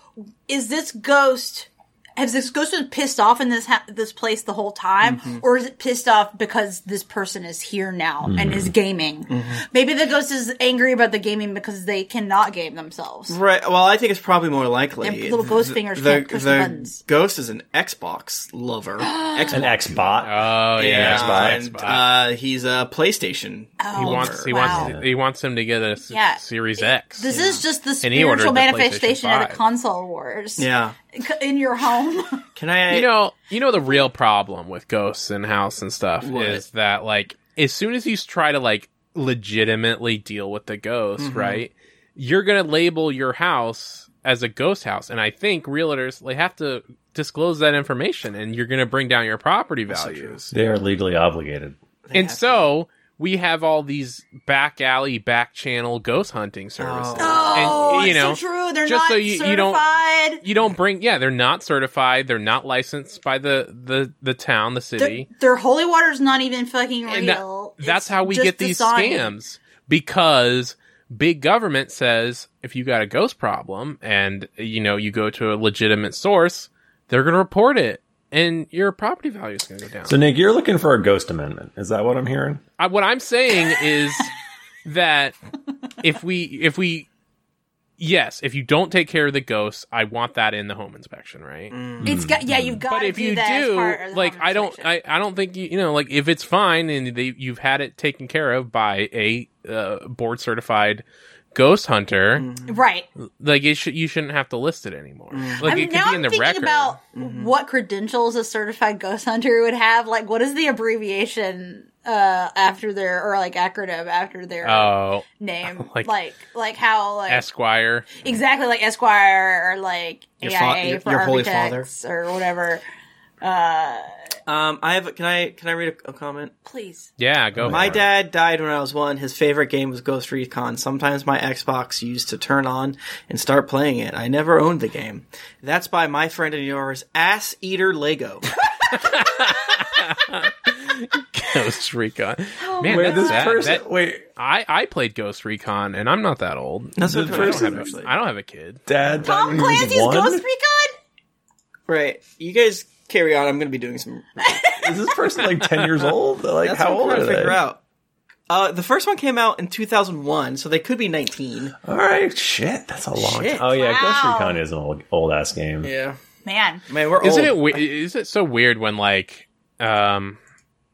S2: is this ghost? Has this ghost been pissed off in this ha- this place the whole time,
S4: Mm-hmm.
S2: or is it pissed off because this person is here now and
S4: Mm-hmm.
S2: is gaming? Maybe the ghost is angry about the gaming because they cannot game themselves.
S3: Right. Well, I think it's probably more likely.
S2: And little ghost fingers can't push the buttons.
S3: Ghost is an Xbox
S2: [gasps]
S3: lover. Xbox.
S5: an X bot.
S4: Oh yeah,
S5: Xbox.
S4: it's
S3: And
S4: about-
S3: uh, he's a PlayStation.
S2: Oh,
S4: he wants he
S2: wow.
S4: wants he wants him to get a s-
S2: Yeah.
S4: Series X.
S2: This is just the
S4: And he ordered
S2: spiritual
S4: the PlayStation
S2: manifestation of the
S4: 5.
S2: console wars.
S3: Yeah.
S2: C- [laughs] in your home.
S3: Can I?
S4: you know, you know the real problem with ghosts and house and stuff is
S3: What?
S4: that like as soon as you try to like legitimately deal with the ghost, right? You're gonna label your house as a ghost house, and I think realtors they have to disclose that information, and you're gonna bring down your property values.
S5: They are legally obligated.
S4: and so we have all these back alley, back channel ghost hunting services.
S2: Oh,
S4: and, you
S2: it's
S4: know,
S2: so true. They're
S4: just
S2: not
S4: so you-
S2: certified.
S4: you don't- you don't bring yeah they're not certified they're not licensed by the the the town the
S2: their,
S4: city
S2: their holy water's not even fucking
S4: and that-
S2: real.
S4: that's
S2: It's
S4: how we
S2: just
S4: get
S2: the
S4: these
S2: sign.
S4: scams because big government says if you got a ghost problem and you know you go to a legitimate source they're going to report it and your property value is going to go down
S5: So, Nick, you're looking for a ghost amendment. Is that what I'm hearing?
S4: I, what i'm saying
S2: [laughs]
S4: is that if we if we yes if you don't take care of the ghosts i want that in the home inspection right
S2: It's
S3: Mm.
S2: got yeah, you've got
S4: but
S2: to
S4: if you
S2: that as part
S4: do
S2: of the
S4: like i don't
S2: conversation.
S4: I, I don't think you you know like if it's fine and they, you've had it taken care of by a uh, board certified ghost hunter
S2: right.
S4: like it should you shouldn't have to list it anymore like
S2: Mm-hmm. I mean,
S4: it
S2: now
S4: could be
S2: I'm
S4: in the
S2: thinking
S4: record
S2: about
S3: Mm-hmm.
S2: what credentials a certified ghost hunter would have. Like, what is the abbreviation uh after their or like acronym after their
S4: oh
S2: name?
S4: [laughs] like-
S2: Like, like, how like
S4: esquire
S2: exactly like Esquire or like
S3: Your fa-
S2: AIA
S3: your-
S2: for
S3: your holy
S2: architects or whatever.
S3: um, I have. Can I? Can I read a, a comment?
S2: Please,
S4: yeah go
S3: My
S4: for it.
S3: dad died when I was one. His favorite game was Ghost Recon. Sometimes my Xbox used to turn on and start playing it. I never owned the game. That's by my friend and yours, Ass Eater Lego.
S4: [laughs] ghost recon
S2: Oh,
S4: man
S5: Wait,
S4: that's
S5: this
S4: sad.
S5: person.
S4: That-
S5: wait,
S4: i i played ghost recon and i'm not that old
S3: That's
S5: The
S3: what I
S5: first-
S3: don't have,
S4: I, don't have
S3: actually.
S4: a, I don't have a kid
S5: Dad. died
S2: Tom
S5: when he was
S2: Clancy's
S5: one?
S2: Ghost Recon.
S3: Right. You guys carry on. I'm going to be doing some.
S5: Is this person like ten [laughs] years old? Like,
S3: That's what
S5: how
S3: I'm
S5: old
S3: trying
S5: are
S3: to
S5: they?
S3: figure out. Uh, the first one came out in 2001, so they could be 19.
S5: All right, shit, that's a long
S3: Shit.
S5: time. Oh yeah,
S2: Wow.
S5: Ghost [laughs] Recon is an old, old ass game.
S3: Yeah.
S2: Man,
S3: Man, we're
S4: Isn't it
S3: old.
S4: we- is it so weird when like um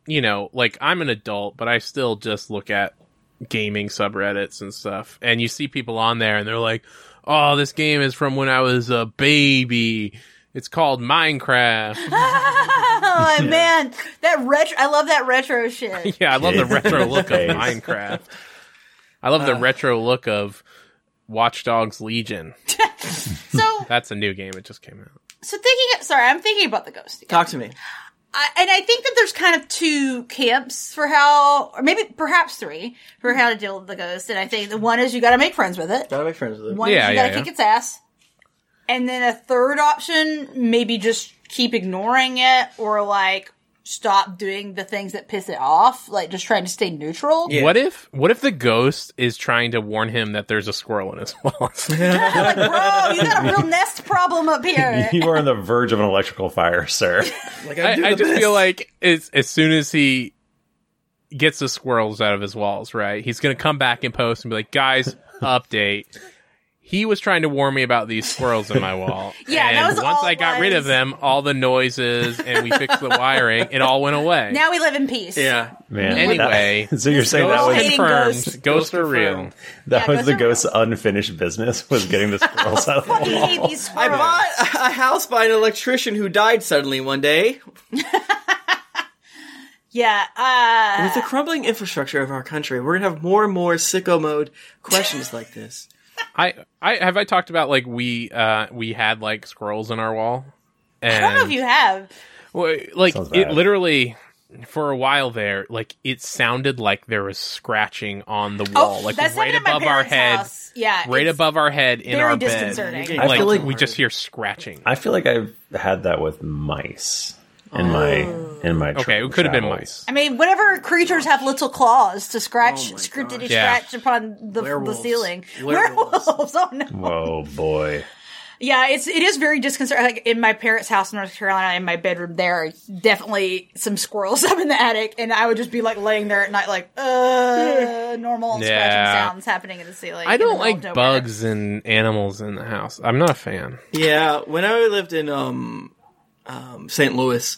S4: you know, like I'm an adult but I still just look at gaming subreddits and stuff and you see people on there and they're like, "Oh, this game is from when I was a baby. It's called
S2: [laughs]
S4: Minecraft." [laughs]
S2: oh man, that retro. I love that retro shit.
S4: yeah, I love the
S5: Jesus
S4: retro look of
S5: Christ.
S4: Minecraft. I love the retro look of Watch Dogs Legion.
S2: So,
S4: That's a new game. It just came out.
S2: so thinking. Sorry, I'm thinking about the ghost.
S3: Talk to me.
S2: I, and I think that there's kind of two camps for how, or maybe perhaps three for how to deal with the ghost. And I think the one is you got to make friends with it.
S3: Gotta make friends with it.
S2: One
S4: Yeah,
S2: is you
S4: yeah,
S2: got to
S4: yeah.
S2: kick its ass. And then a third option, maybe just keep ignoring it or like stop doing the things that piss it off, like just trying to stay neutral.
S4: What if what if the ghost is trying to warn him that there's a squirrel in his [laughs] wallet?
S2: like, bro, you got a real nest problem up
S4: [laughs]
S2: here.
S5: You are on the verge of an electrical fire, [laughs] sir.
S3: Like,
S4: I,
S3: do
S4: I
S3: the
S4: just
S3: best.
S4: feel like as, as soon as he
S2: [laughs]
S4: gets the squirrels out of his walls, right, he's going to come back and post and be like, guys, update. He was trying to warn me about these squirrels
S2: [laughs]
S4: in my wall.
S2: Yeah,
S4: and
S2: that was
S4: once
S2: all
S4: I
S2: it
S4: got rid of
S2: was.
S4: them, all the noises and we fixed the wiring, it all went away.
S2: Now we live in peace.
S3: Yeah.
S5: Man.
S4: Anyway.
S5: so you're saying that [laughs]
S2: was-
S4: Ghosts
S5: was
S2: hating
S4: confirmed.
S2: ghosts.
S4: Ghosts, are real.
S3: confirmed.
S5: that
S2: Yeah,
S5: was the
S2: ghosts
S5: ghost's unfinished business was getting the squirrels out of the
S2: [laughs] We
S5: wall.
S2: hate these
S3: [laughs] I
S2: squirrels.
S3: bought a- a house by an electrician who died suddenly one day.
S2: yeah. Uh,
S3: With the crumbling infrastructure of our country, we're gonna have more and more sicko mode questions like this.
S4: I, I have I talked about like we uh we had like squirrels in our wall.
S2: I don't know if you have.
S4: Well, like
S5: Sounds
S4: it
S5: bad.
S4: literally for a while there, like it sounded like there was scratching on the wall, like
S2: Oh, that's
S4: right
S2: happened at my
S4: above our
S2: parents'
S4: head,
S2: house. Yeah,
S4: right
S2: it's
S4: above our head in
S2: very
S4: our bed.
S2: disconcerting.
S3: You're getting
S5: I
S4: Like
S5: feel like-
S4: we just hear scratching.
S5: I feel like I've had that with mice in my in my
S4: Okay, it could have been mice.
S2: I mean, whatever creatures have little claws to scratch,
S3: Oh my
S2: scripted to
S3: gosh.
S4: Yeah.
S2: scratch upon the, the
S3: Werewolves.
S2: ceiling.
S3: Werewolves.
S2: Werewolves. [laughs] Oh no.
S5: Whoa, boy! [laughs]
S2: Yeah, it's it is very disconcerting. Like in my parents' house in North Carolina, in my bedroom, there are definitely some squirrels [laughs] up in the attic, and I would just be like laying there at night, like uh, normal scratching
S4: Yeah.
S2: sounds happening in the ceiling.
S4: I
S2: in the
S4: don't
S2: middle of
S4: like
S2: nowhere.
S4: bugs and animals in the house. I'm not a fan.
S3: Yeah, when I lived in um, um, St. Louis,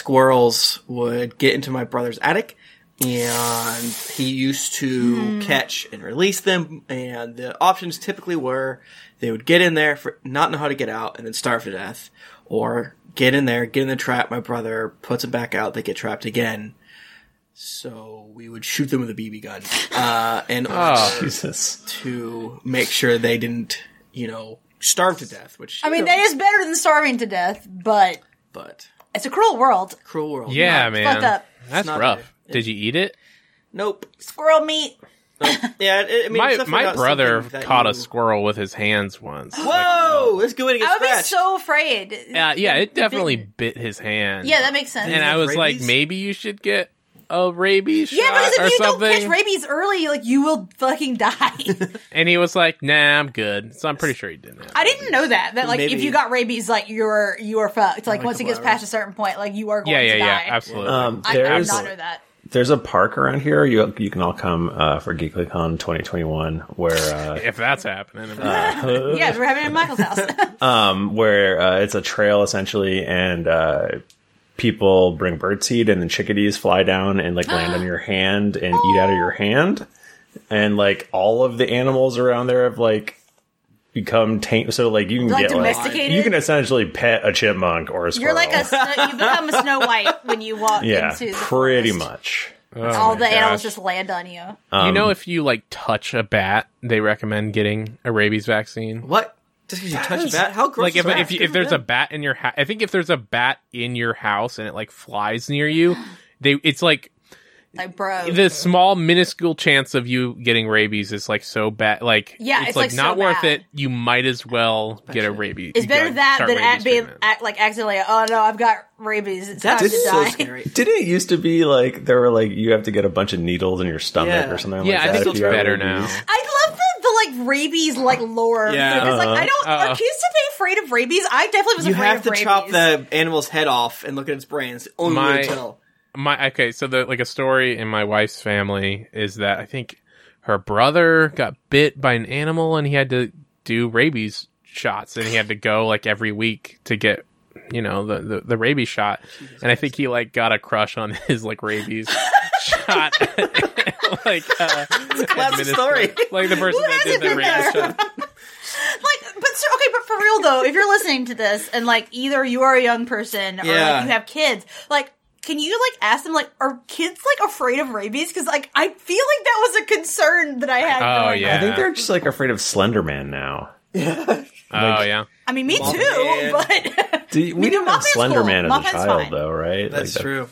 S3: squirrels would get into my brother's attic, and he used to
S2: Hmm.
S3: catch and release them. And the options typically were they would get in there for not know how to get out and then starve to death, or get in there, get in the trap. My brother puts them back out, they get trapped again. So we would shoot them with a BB gun, uh, and
S5: Ah. Jesus,
S3: to make sure they didn't, you know, starve to death. Which
S2: I mean, that is better than starving to death, but
S3: but
S2: it's a cruel world.
S3: cruel world.
S4: Yeah,
S3: Not-
S4: man,
S2: fucked up.
S4: that's
S3: not
S4: rough.
S3: good.
S4: Did you eat it?
S3: Nope.
S2: Squirrel meat.
S3: Yeah, it, I mean, it's
S4: My
S3: definitely
S4: my
S3: not
S4: brother
S3: something that
S4: caught
S3: you-
S4: a squirrel with his hands once.
S3: Whoa, that's a good way to get
S2: I would be
S3: scratched.
S2: Oh, so afraid.
S4: Uh, yeah, it definitely bit his hand.
S2: yeah, that makes sense.
S4: and I was like,
S3: rabies?
S4: maybe you should get a rabies
S2: yeah,
S4: shot
S2: because
S4: or
S2: if you
S4: something.
S2: don't catch rabies early, like you will fucking die.
S4: And he was like, "Nah, I'm good." So I'm pretty sure he didn't. Have
S2: I didn't know that. That like if
S3: Maybe-
S2: you got rabies, like you're you are fucked. Like once it gets
S3: couple
S2: past a certain point, like you are going
S4: yeah, yeah,
S2: to
S4: yeah,
S2: die.
S4: absolutely.
S5: um,
S2: I I did
S5: there's
S2: not know that.
S5: there's a park around here. You you can all come uh, for GeeklyCon 2021 where uh,
S4: if that's happening,
S5: [laughs]
S2: Yeah, we're having it in Michael's house.
S3: [laughs]
S5: um, where uh, it's a trail essentially, and uh, people bring birdseed, and then chickadees fly down and like
S2: [gasps]
S5: land on your hand and eat out of your hand, and like all of the animals around there have like become taint. So like you can
S2: Like
S5: get
S2: domesticated?
S5: like you can essentially pet a chipmunk or a squirrel.
S2: You're like a snow, you become a Snow White when you walk [laughs]
S5: yeah,
S2: into the
S5: pretty
S2: forest.
S5: much.
S2: All the
S4: Oh, my
S2: animals
S4: gosh.
S2: just land on you.
S4: you
S5: Um,
S4: know, if you like touch a bat, they recommend getting a rabies vaccine.
S3: what? Just because you touch a bat? How gross?
S4: Like
S3: is
S4: if
S3: that?
S4: if, you, if there's a bat in your house, I think if there's a bat in your house and it like flies
S2: [gasps]
S4: near you, they it's like
S2: Like bro,
S4: the small minuscule chance of you getting rabies is like so bad. Like
S2: Yeah, it's, like, so
S4: not worth
S2: bad.
S4: it. You might as well get a rabies.
S2: it's better
S4: like,
S2: that
S4: start
S2: than
S4: rabies
S2: at being
S4: treatment.
S2: at, like accidentally. Oh no, I've got rabies. It's
S3: that's
S2: time to
S3: so
S2: die.
S3: scary.
S5: Didn't it used to be like there were like you have to get a bunch of needles in your stomach
S3: Yeah.
S5: or something
S4: yeah,
S5: like
S4: I
S5: that?
S4: think
S5: if
S4: it's
S5: you have
S4: better
S5: rabies?
S4: now.
S2: I love the, the like rabies like lore
S3: Yeah.
S2: because like I don't
S4: Uh-uh.
S2: are kids today afraid of rabies? I definitely was
S3: You
S2: afraid
S3: have
S2: of
S3: to
S2: rabies.
S3: chop the animal's head off and look at its brains. The Only way
S4: My-
S3: to tell.
S4: my okay so the like a story in my wife's family is that i think her brother got bit by an animal and he had to do rabies shots and he had to go like every week to get you know the the, the rabies shot and i think he like got a crush on [laughs] his like rabies shot
S2: [laughs]
S4: [laughs] like uh,
S3: classic
S4: administer-
S3: story. [laughs]
S4: like the person
S2: Who
S4: that
S2: hasn't
S4: did the
S2: been
S4: rabies
S2: there?
S4: shot
S2: like, but so, okay, but for real though, if you're listening to this and like either you are a young person or
S3: Yeah.
S2: like you have kids, like. Can you like ask them like are kids like afraid of rabies? Because like I feel like that was a concern that I had.
S4: Oh,
S2: growing up.
S4: yeah.
S5: I think they're just like afraid of Slenderman now.
S4: oh yeah
S2: I mean, me too.
S3: Man.
S2: But [laughs]
S5: Do you- we
S2: do
S5: didn't have
S2: Mothman's cool.
S5: Slenderman as
S2: Mothman's
S5: a child,
S2: fine.
S5: though, right?
S3: That's
S5: Like, that-
S3: true.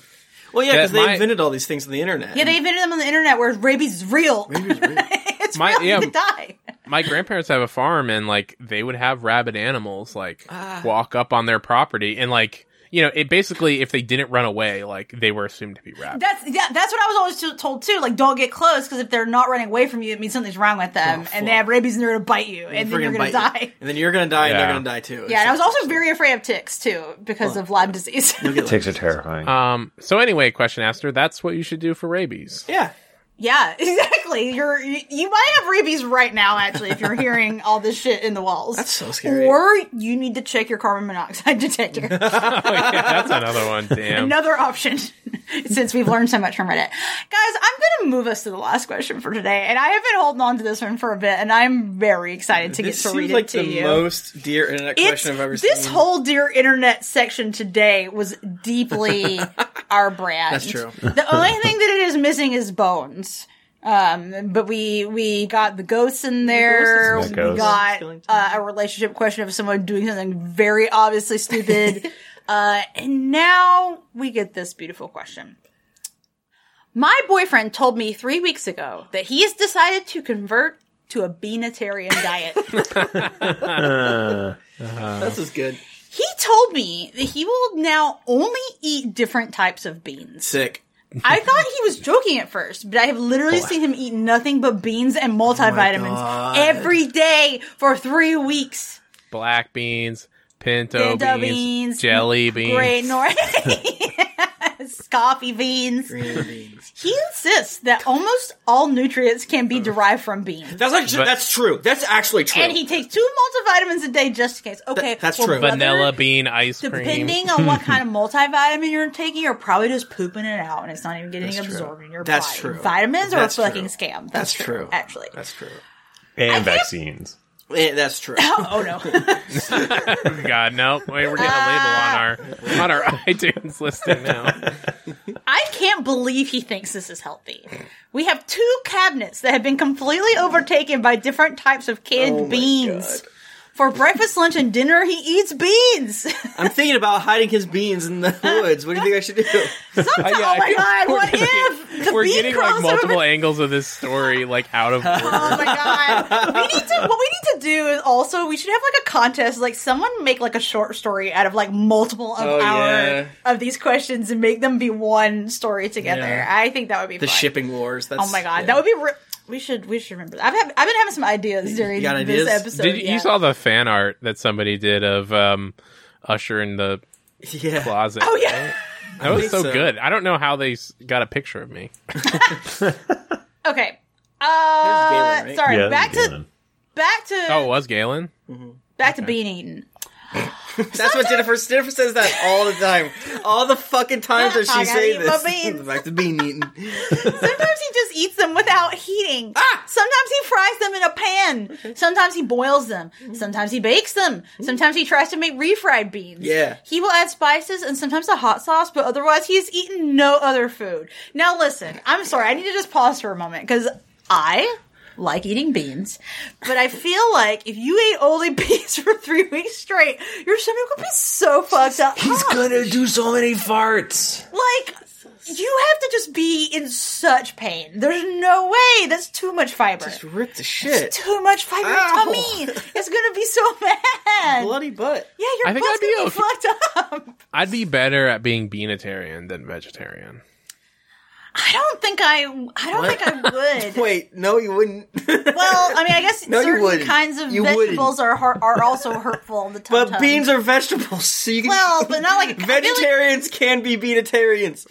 S3: Well, yeah, because
S4: That-
S3: they
S4: my-
S3: invented all these things on the internet.
S2: yeah, they invented them on the internet where rabies is real.
S3: Rabies is real.
S2: [laughs] it's
S4: My-
S2: real.
S4: yeah.
S2: You could die.
S4: my grandparents have a farm and like they would have rabid animals like
S2: Ah.
S4: walk up on their property and like you know it basically if they didn't run away like they were assumed to be rabid
S2: That's yeah. That's what I was always t- told too. Like, don't get close because if they're not running away from you, it means something's wrong with
S4: Oh,
S2: them, and they have rabies and they're gonna bite you, and then you're
S3: Friggin'
S2: gonna
S3: bite
S2: die.
S3: you. And then you're gonna die, and
S4: Yeah.
S3: they're gonna die too.
S2: Yeah, and I was also very afraid of ticks too because of Lyme disease. [laughs]
S4: Uh,
S5: Ticks are
S2: [laughs]
S5: terrifying.
S4: um so anyway question asked her that's what you should do for rabies
S3: yeah.
S2: Yeah, [laughs] exactly. You're you, you might have rabies right now, actually, if you're hearing all this shit in the walls. That's
S3: so scary.
S2: Or you need to check your carbon monoxide [laughs]
S3: [laughs]
S2: detector.
S4: Oh, yeah, that's another one. Damn.
S2: Another option, [laughs] since we've learned so much from Reddit. Guys, I'm going to move us to the last question for today, and I have been holding on to this one for a bit, and I'm very excited to
S3: This
S2: get to
S3: seems
S2: read
S3: like
S2: it to
S3: the
S2: you.
S3: most dear internet
S2: It's-
S3: question I've ever seen.
S2: this whole dear internet section today was
S3: [laughs]
S2: deeply our brand.
S3: That's true.
S2: The only thing that it is missing is bones. Um, but we we got the ghosts in there.
S5: Ghosts is my
S2: we
S5: ghost.
S2: got
S3: Skellington.
S2: uh, a relationship question of someone doing something very obviously
S3: [laughs]
S2: stupid. uh, and now we get this beautiful question. My boyfriend told me three weeks ago that he has decided to convert to a beanitarian diet.
S5: Uh,
S3: this is good.
S2: He told me that he will now only eat different types of
S3: [laughs]
S2: beans.
S3: Sick.
S2: I thought he was joking at first, but I have literally seen him eat nothing but beans and multivitamins
S3: Oh God.
S2: every day for three weeks.
S4: Black beans, pinto,
S2: Pinto
S4: beans,
S2: beans,
S4: jelly beans.
S2: Great North. yes, [laughs] coffee beans.
S3: Green beans.
S2: He insists that almost all nutrients can be derived from beans.
S3: [laughs] That's actually,
S4: But-
S3: that's true. That's actually true.
S2: And he takes two multivitamins a day just in case. Okay,
S3: Th- that's
S2: well,
S3: true.
S2: whether-
S4: Vanilla bean ice cream.
S2: Depending on what kind of multivitamin you're taking, you're probably just pooping it out and it's not even getting
S3: That's true.
S2: absorbed in your
S3: That's
S2: body.
S3: true.
S2: Vitamins are
S3: That's
S2: a fucking
S3: true.
S2: scam. That's,
S3: That's
S2: true,
S3: true.
S2: Actually.
S3: that's true.
S5: and vaccines.
S3: Eh, that's true.
S2: [laughs] Oh, oh no.
S4: [laughs]
S2: [laughs]
S4: God, no. Wait, we're getting
S2: Ah.
S4: a label on our on our [laughs] iTunes
S2: [laughs]
S4: listing now. Uh,
S2: I can't believe he thinks this is healthy. We have two cabinets that have been completely overtaken by different types of canned
S3: Oh my
S2: beans.
S3: God.
S2: For breakfast, lunch, and dinner, he eats beans. [laughs]
S3: I'm thinking about hiding his beans in the woods. What do you think I should do?
S2: oh
S4: yeah, I
S2: my
S3: [laughs]
S4: think
S2: god,
S4: we're
S2: what
S4: getting-
S2: if? The
S4: We're
S2: bean
S4: getting like
S2: crossover-
S4: multiple angles of this story like
S2: [laughs]
S4: out of order.
S2: Oh my god! We need to. What we need to do is also we should have like a contest. Like someone make like a short story out of like multiple of
S3: Oh,
S2: our
S3: yeah.
S2: of these questions and make them be one story together.
S3: Yeah.
S2: I think that would be
S3: [laughs] The
S2: fun.
S3: shipping wars. That's,
S2: Oh my god,
S3: yeah.
S2: that would be. Re- we should we should remember. That. I've had, I've been having some ideas during
S3: got ideas?
S2: this episode.
S4: Did you,
S2: yeah.
S4: you saw the fan art that somebody did of um, Usher in the
S3: yeah.
S4: closet?
S2: Oh yeah.
S4: That was
S3: think
S4: so,
S3: so.
S4: good. I don't know how they s- got a picture of me.
S2: Okay. Uh,
S3: There's Galen, right?
S2: sorry.
S5: Yeah,
S2: back to
S5: Galen.
S2: back to
S4: Oh, it was Galen.
S2: back to bean eating.
S3: That's what Jennifer. Jennifer says that all the time. All the fucking times that
S2: I gotta
S3: she says
S2: eat
S3: this.
S2: my beans.
S3: [laughs] Back to bean
S5: [laughs]
S3: eating.
S2: Sometimes he just eats them without heating. Sometimes he fries them in a pan. Sometimes he boils them. Sometimes he bakes them. Sometimes he tries to make refried beans.
S3: Yeah.
S2: He will add spices and sometimes a hot sauce, but otherwise he has eaten no other food. Now listen, I'm sorry, I need to just pause for a moment because I like eating beans, but I feel like if you ate only [laughs] beans for three weeks straight, your stomach would be so fucked up. Huh?
S5: do so many farts.
S2: Like, you have to just be in such pain. There's no way. That's too much fiber.
S3: Just rip the shit.
S2: Too much fiber in your
S3: Ow.
S2: tummy. It's gonna be so mad.
S3: Bloody butt.
S2: Yeah, your
S4: I think
S2: butt's
S4: I'd be
S2: gonna be fucked up.
S4: I'd be better at being beanitarian than vegetarian.
S2: I don't think I. I don't think
S3: [laughs]
S2: I would.
S3: Wait, no, you wouldn't.
S2: Well, I mean, I guess
S3: No, you
S2: certain
S3: wouldn't.
S2: kinds of
S3: You
S2: vegetables are har- are also
S3: [laughs]
S2: hurtful on the tum.
S3: [laughs] but beans are vegetables, so you can.
S2: well, but not
S3: [laughs]
S2: like vegetarian,
S3: vegetarians can be vegetarians,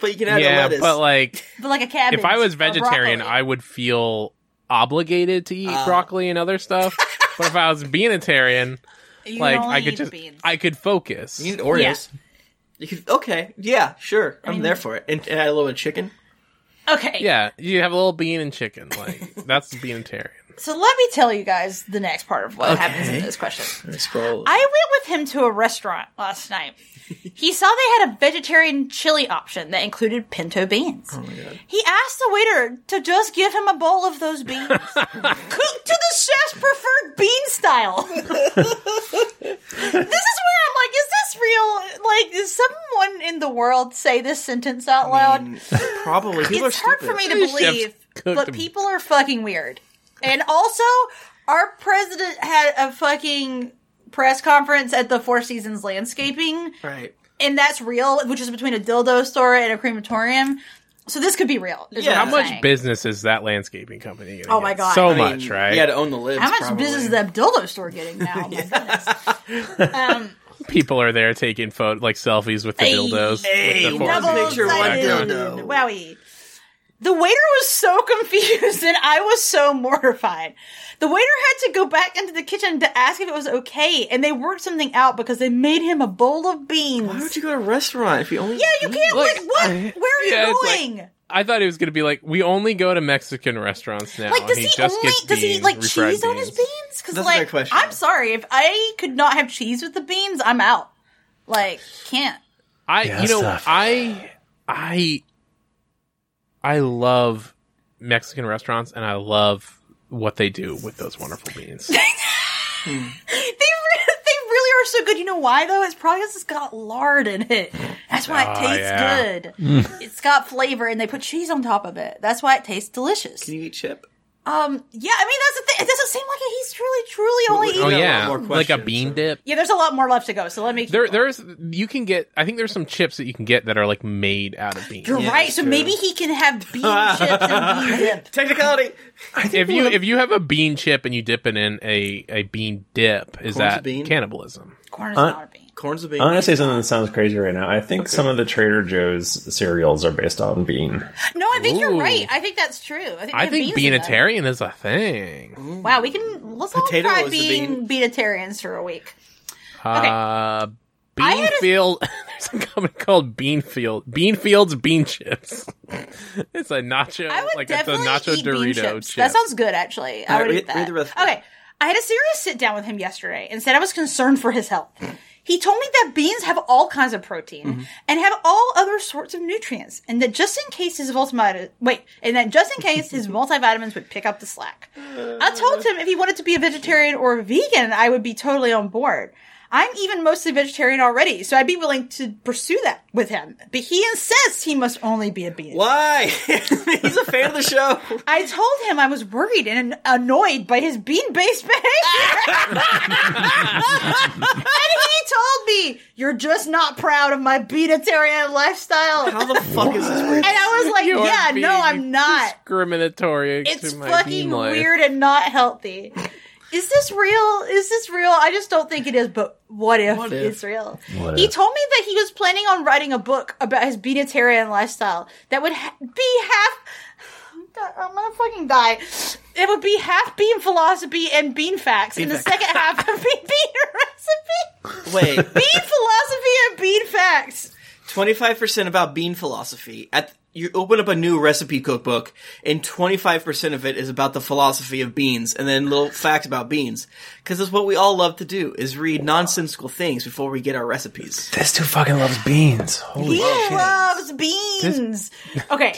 S3: but you can add
S4: yeah,
S3: a lettuce.
S2: [laughs]
S4: but like
S2: but like a cabbage.
S4: if I was
S2: or
S4: vegetarian,
S2: broccoli.
S4: I would feel obligated to eat
S2: Oh.
S4: broccoli and
S2: [laughs]
S4: other stuff. but if I was beanitarian,
S2: You
S4: like
S2: can only
S4: I could
S2: eat
S4: just
S2: beans.
S4: I could focus.
S3: you need Oreos. You could, okay, yeah, sure, I'm
S2: mean-
S3: there for it, and, and add a little bit of chicken.
S2: okay,
S4: yeah, you have a little bean and chicken. Like that's beanitarian.
S2: So let me tell you guys the next part of what happens in
S3: Okay.
S2: this question.
S3: Let me scroll.
S2: I went with him to a restaurant last night. He saw they had a vegetarian chili option that included pinto beans. He asked the waiter to just give him a bowl of those beans, cooked to the chef's preferred bean style. this is where I'm like, is this real? Like, does someone in the world say this sentence out loud?
S3: Probably people
S2: it's
S3: are
S2: hard
S3: stupid.
S2: for me to
S4: These chefs
S2: believe,
S4: cooked
S2: but
S4: them.
S2: people are fucking weird. And also, our president had a fucking press conference at the Four Seasons Landscaping,
S3: Right.
S2: and that's real, which is between a dildo store and a crematorium. So this could be real. is what
S3: Yeah.
S2: I'm
S4: How much
S2: saying.
S4: business is that landscaping company? gonna
S2: Oh my
S4: get?
S2: God.
S4: so
S2: I
S3: I mean,
S4: much, right?
S3: You had to own the libs.
S2: How much
S3: probably.
S2: business is that dildo store getting now? Oh my goodness. Um,
S4: People are there taking photo like selfies with the
S2: Hey,
S4: dildos.
S3: hey,
S4: with the
S3: double
S4: forces.
S3: picture, one
S2: double-sided
S3: dildo.
S2: Wowie. The waiter was so [laughs] confused and I was so mortified. The waiter had to go back into the kitchen to ask if it was okay, and they worked something out because they made him a bowl of beans.
S3: Why would you go to a restaurant if you only?
S2: yeah, you can't.
S4: Look,
S2: like, what?
S4: I-
S2: Where are you
S4: Yeah, it's like-
S2: going?
S4: I thought it was going to be like we only go to Mexican restaurants now.
S2: Like, does
S4: and
S2: he,
S4: just
S2: only
S4: gets
S2: does he
S4: beans,
S2: like cheese
S4: refried
S2: on his beans? Because
S3: That's a
S2: like,
S3: great question.
S2: I'm sorry if I could not have cheese with the beans, I'm out. Like, can't.
S4: I
S5: Yeah,
S4: you
S5: that's
S4: know
S5: tough.
S4: I I I love Mexican restaurants and I love what they do with those wonderful
S2: [laughs]
S4: beans.
S2: They re- they really are so good. You know why though? It's probably because it's got lard in it. That's why it
S4: Ah,
S2: tastes
S4: yeah.
S2: good. It's got flavor, and they put cheese on top of it. That's why it tastes delicious.
S3: Can you eat chip?
S2: Um, yeah, I mean that's the thing. It doesn't seem like it. He's truly, truly only
S3: wait,
S4: oh
S2: eating.
S3: got a
S4: yeah,
S3: lot more
S4: like a
S3: questions,
S4: bean
S3: so-
S4: dip.
S2: Yeah, there's a lot more left to go. So let me. keep
S4: There
S2: going.
S4: there's you can get I think there's some chips that you can get that are like made out of beans.
S2: You're
S3: Yeah,
S2: right.
S3: that's
S2: So
S3: true.
S2: maybe he can have bean
S4: [laughs]
S2: chips and bean dip.
S3: Technicality.
S4: If you if you have a bean chip and you dip it in a, a bean dip,
S3: Corn's
S4: is
S3: a
S4: that
S3: bean?
S4: cannibalism?
S2: Corn is
S5: Uh,
S2: not a bean.
S3: Corn's a bean.
S5: I'm gonna say something that sounds crazy right now. I think some of the Trader Joe's cereals are based on bean.
S2: No, I think you're
S4: Ooh.
S2: right. I think that's true. I think, they
S4: I
S2: have
S4: think
S2: beans Mm-hmm. in them.
S4: beanitarian is a thing.
S2: Wow, we can let's all
S3: Potato
S2: try
S3: is the
S2: being beanitarians for a week.
S4: Uh
S2: I had a-
S4: Beanfield [laughs] there's a company called Beanfield. Beanfield's bean chips. [laughs] it's a nacho
S2: I would
S4: like it's a
S2: definitely
S4: nacho
S2: eat bean
S4: Dorito
S2: chips.
S4: chip.
S2: That sounds good, actually. I
S3: All right,
S2: would eat
S3: read-
S2: that.
S3: read the rest of it.
S2: Okay, I had a serious sit down with him yesterday and said I was concerned for his health. He told me that beans have all kinds of protein
S3: Mm-hmm.
S2: and have all other sorts of nutrients, and that just in case his multivitamin wait, and that just in case his multivitamins would pick up the slack. I told him if he wanted to be a vegetarian or a vegan, I would be totally on board. I'm even mostly vegetarian already, so I'd be willing to pursue that with him. But he insists he must only be a bean.
S3: Why? [laughs] He's a fan of the show.
S2: I told him I was worried and annoyed by his bean based [laughs] behavior. and he told me, You're just not proud of my beatitarian lifestyle.
S3: How
S2: And
S3: the fuck is
S2: [laughs]
S3: this? Weird?
S2: I was like,
S4: You are
S2: Yeah,
S4: being
S2: no, I'm not.
S4: discriminatory.
S2: It's
S4: to my
S2: fucking
S4: bean life.
S2: weird and not healthy. Is this real? Is this real? I just don't think it is, but what if,
S3: What if?
S2: it's real?
S5: What
S2: he
S5: if?
S2: told me that he was planning on writing a book about his beatitarian lifestyle that would ha- be half. God, I'm gonna fucking die. It would be half bean philosophy and bean facts, and the
S3: facts.
S2: second half would be bean [laughs] recipe.
S3: Wait,
S2: Bean philosophy and bean facts.
S3: twenty five percent about bean philosophy. At you open up a new recipe cookbook, and twenty five percent of it is about the philosophy of beans, and then little facts about beans. Because that's what we all love to do: is read nonsensical things before we get our recipes.
S5: This dude fucking loves beans. Holy
S2: He loves beans. [laughs] Okay.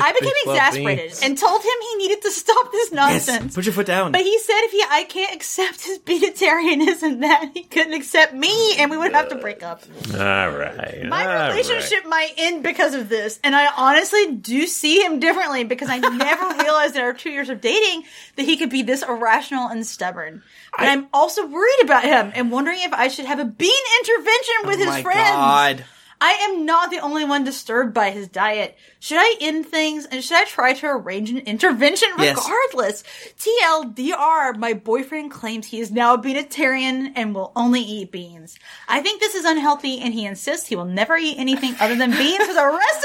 S2: I became
S4: bitch love
S2: exasperated
S4: beans.
S2: and told him he needed to stop this nonsense.
S3: Put your foot down.
S2: But he said if he I can't accept his vegetarianism [laughs] that he couldn't accept me and we would have to break up.
S5: All right.
S2: My relationship might end because of this, and I honestly do see him differently because I never realized in our two years of dating that he could be this irrational and stubborn. But I, am also worried about him and wondering if I should have a bean intervention with
S3: oh
S2: his
S3: my
S2: friends.
S3: god.
S2: I am not the only one disturbed by his diet. Should I end things and should I try to arrange an intervention
S3: Yes.
S2: regardless? TLDR, my boyfriend claims he is now a vegetarian and will only eat beans. I think this is unhealthy and he insists he will never eat anything other than beans for the rest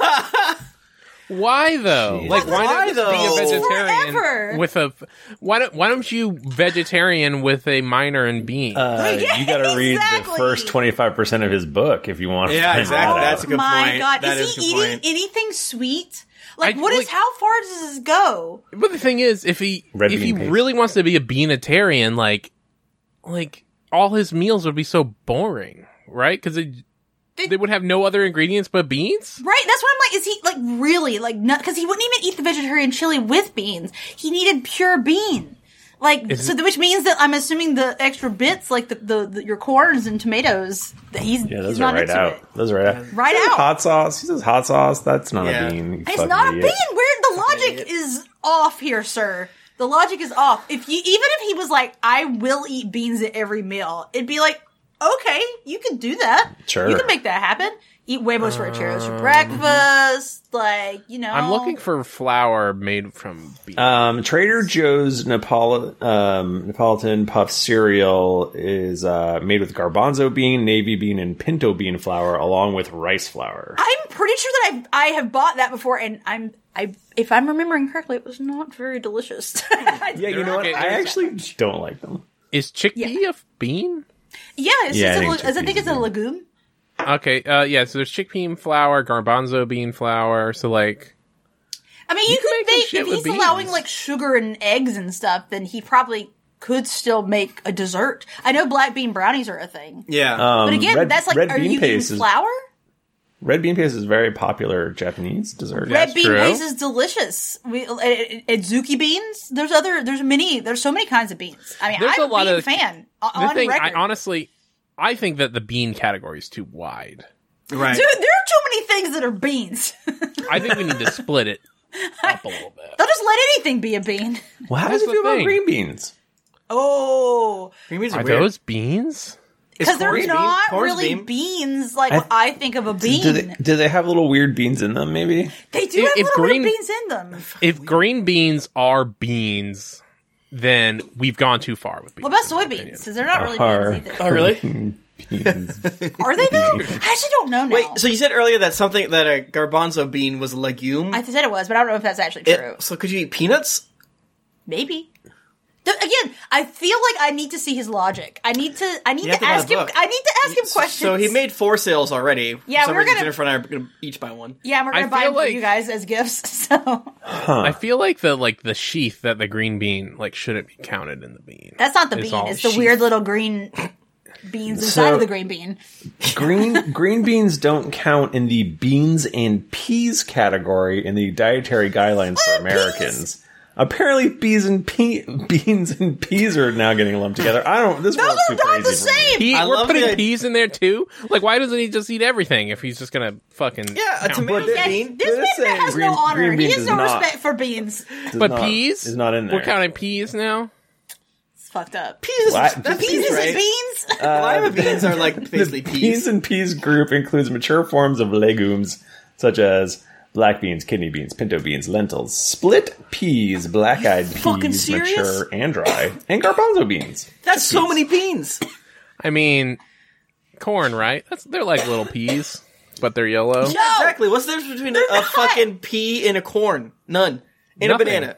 S2: of his life.
S4: Why though? Like why,
S3: Why,
S4: not just
S3: though?
S4: be a vegetarian
S2: Forever.
S4: with a why don't why don't you vegetarian with a minor in beans?
S5: Uh, you got to read
S2: Exactly.
S5: the first 25% of his book if you want to
S3: Yeah,
S5: find
S3: exactly.
S5: that out.
S3: That's a good
S2: my
S3: point.
S2: god,
S3: That
S2: is
S3: is a
S2: he
S3: good
S2: eating
S3: point.
S2: anything sweet? Like
S4: I-
S2: what is?
S4: like-
S2: how far does this go?
S4: But the thing is, if he
S5: Red
S4: if he
S5: bean paste.
S4: really wants to be a beanitarian, like like all his meals would be so boring, right? Because they,
S2: They-
S4: they would have no other ingredients but beans.
S2: Right, that's what I'm like. Is he like really like not? Because he wouldn't even eat the vegetarian chili with beans. He needed pure bean, like
S4: Is-
S2: so. th- Which means that I'm assuming the extra bits, like the, the, the your corns and tomatoes, that he's
S5: Yeah,
S2: he's
S5: those are
S2: not
S5: right
S2: into
S5: out.
S2: it.
S5: Those are right out.
S2: Right
S5: He says
S2: out.
S5: Hot sauce. He says hot sauce. That's not
S3: Yeah.
S5: a bean. you
S2: It's
S5: fucking
S2: not a
S5: idiot.
S2: bean. Where the logic
S3: idiot.
S2: is off here, sir. The logic is off. If you even if he was like, I will eat beans at every meal, it'd be like, okay, you can do that.
S5: Sure. Um,
S2: you can make that happen. eat way more churros for breakfast. Like you know,
S4: I'm looking for flour made from beef.
S5: Um, Trader Joe's Napoli- um, Neapolitan puff cereal is uh, made with garbanzo bean, navy bean, and pinto bean flour, along with rice flour.
S2: I'm pretty sure that I've, I have bought that before, and I'm I if I'm remembering correctly, it was not very delicious. [laughs]
S4: Hmm.
S5: Yeah, you know what?
S4: okay,
S5: I
S4: there's-
S5: actually don't like them.
S4: Is chickpea a bean?
S2: Yeah, it's,
S5: Yeah,
S2: it's
S5: I
S2: a,
S5: think
S2: le- it's- I think
S5: chickpeas
S2: it's a legume.
S4: Okay, uh, yeah. So there's chickpea flour, garbanzo bean flour. So like,
S2: I mean, you,
S4: can
S2: could
S4: make some
S2: make,
S4: shit
S2: if
S4: with
S2: he's allowing
S4: beans.
S2: like sugar and eggs and stuff, then he probably could still make a dessert. I know black bean brownies are a thing,
S3: Yeah.
S5: Um,
S2: but again,
S5: red,
S2: that's like,
S5: red
S2: are
S5: bean
S2: you
S5: paste
S2: eating
S5: is
S2: flour?
S5: red bean paste is a very popular Japanese dessert.
S4: Yeah.
S2: Red
S4: That's
S2: bean
S4: true.
S2: paste is delicious. We uh, uh, Adzuki beans. There's other. There's many. There's so many kinds of beans. I mean,
S4: There's
S2: I'm
S4: a lot
S2: bean
S4: of-
S2: fan o-
S4: the
S2: on
S4: thing, I
S2: record.
S4: honestly, I think that the bean category is too wide.
S3: right.
S2: Dude, there are too many things that are beans.
S4: I think we need to split it up a little bit.
S2: They'll just let anything be a bean. [laughs]
S5: Well, how does
S4: That's
S5: it
S4: the
S5: feel about
S4: thing.
S5: green beans?
S2: Oh,
S3: Green beans are,
S4: Are
S3: weird.
S4: those beans?
S3: Is
S2: because they're
S3: corn's bean-
S2: not
S3: corn's
S2: really
S3: bean-
S2: beans like what I think of a bean.
S5: Do they, do they have little weird beans in them? Maybe.
S2: They do
S4: If-
S2: have
S4: if
S2: little green,
S4: green-
S2: beans in them.
S4: If green beans are beans, then we've gone too far with beans.
S2: What about
S4: in my opinion.
S2: soybeans? Because they're not really
S5: Are
S2: beans either.
S3: really?
S5: [laughs] beans.
S2: Are they though? I actually don't know now.
S3: Wait, so you said earlier that something that a garbanzo bean was a legume.
S2: I said it was, but I don't know if that's actually
S3: It-
S2: true.
S3: so could you eat peanuts?
S2: Maybe. Th- Again, I feel like I need to see his logic. I need to. I need to
S3: You have to buy
S2: ask
S3: a
S2: him.
S3: book.
S2: I need to ask him questions.
S3: So he made four sales already.
S2: Yeah,
S3: For some
S2: we're
S3: reason,
S2: gonna-
S3: Jennifer and I are going to each buy one.
S2: Yeah, and we're
S4: I
S2: gonna buy
S4: feel
S2: them for
S4: like-
S2: you guys as gifts. [laughs] So
S4: I feel like the like the sheath that the green bean like shouldn't be counted in the bean.
S2: that's not the
S4: It's
S2: bean.
S4: all
S2: It's the
S4: sheath.
S2: weird little green beans inside
S5: So-
S2: of the green bean.
S5: green green beans don't count in the beans and peas category in the dietary guidelines for Americans. Apparently, peas and pe- beans and peas are now getting lumped together. I don't. This
S2: Those
S5: world's
S2: are
S5: too
S2: not
S5: crazy.
S2: the
S5: for me.
S2: same.
S4: Pea-
S3: I
S4: we're
S3: love
S4: putting
S3: the idea-
S4: peas in there too. Like, why doesn't he just eat everything if he's just gonna fucking
S3: Yeah, a
S4: count?
S3: tomato
S5: But
S3: bean.
S2: This
S5: They're
S2: man
S5: saying
S2: has
S5: green-
S2: no honor.
S5: green
S2: He
S5: beans
S2: has
S5: is
S2: no
S5: not-
S2: respect for beans.
S5: It's
S4: But
S5: not-
S4: peas
S5: is not in there.
S4: We're counting peas now.
S2: It's fucked up.
S3: Peas, is-
S5: What?
S3: that's
S2: Peas
S3: peas,
S2: is Uh,
S3: right?
S2: beans.
S3: Lima beans are
S4: [laughs]
S3: like basically
S5: Peas
S3: peas.
S5: and peas group includes mature forms of legumes such as black beans, kidney beans, pinto beans, lentils, split peas, black-eyed
S3: fucking
S5: peas,
S3: serious?
S5: mature and dry, and garbanzo beans.
S3: That's so many [laughs] beans.
S4: I mean, corn, right? That's they're like little peas, but they're yellow.
S2: No.
S3: Exactly. What's the difference between a, a
S2: not.
S3: fucking pea and a corn? None. And
S4: Nothing.
S3: a banana.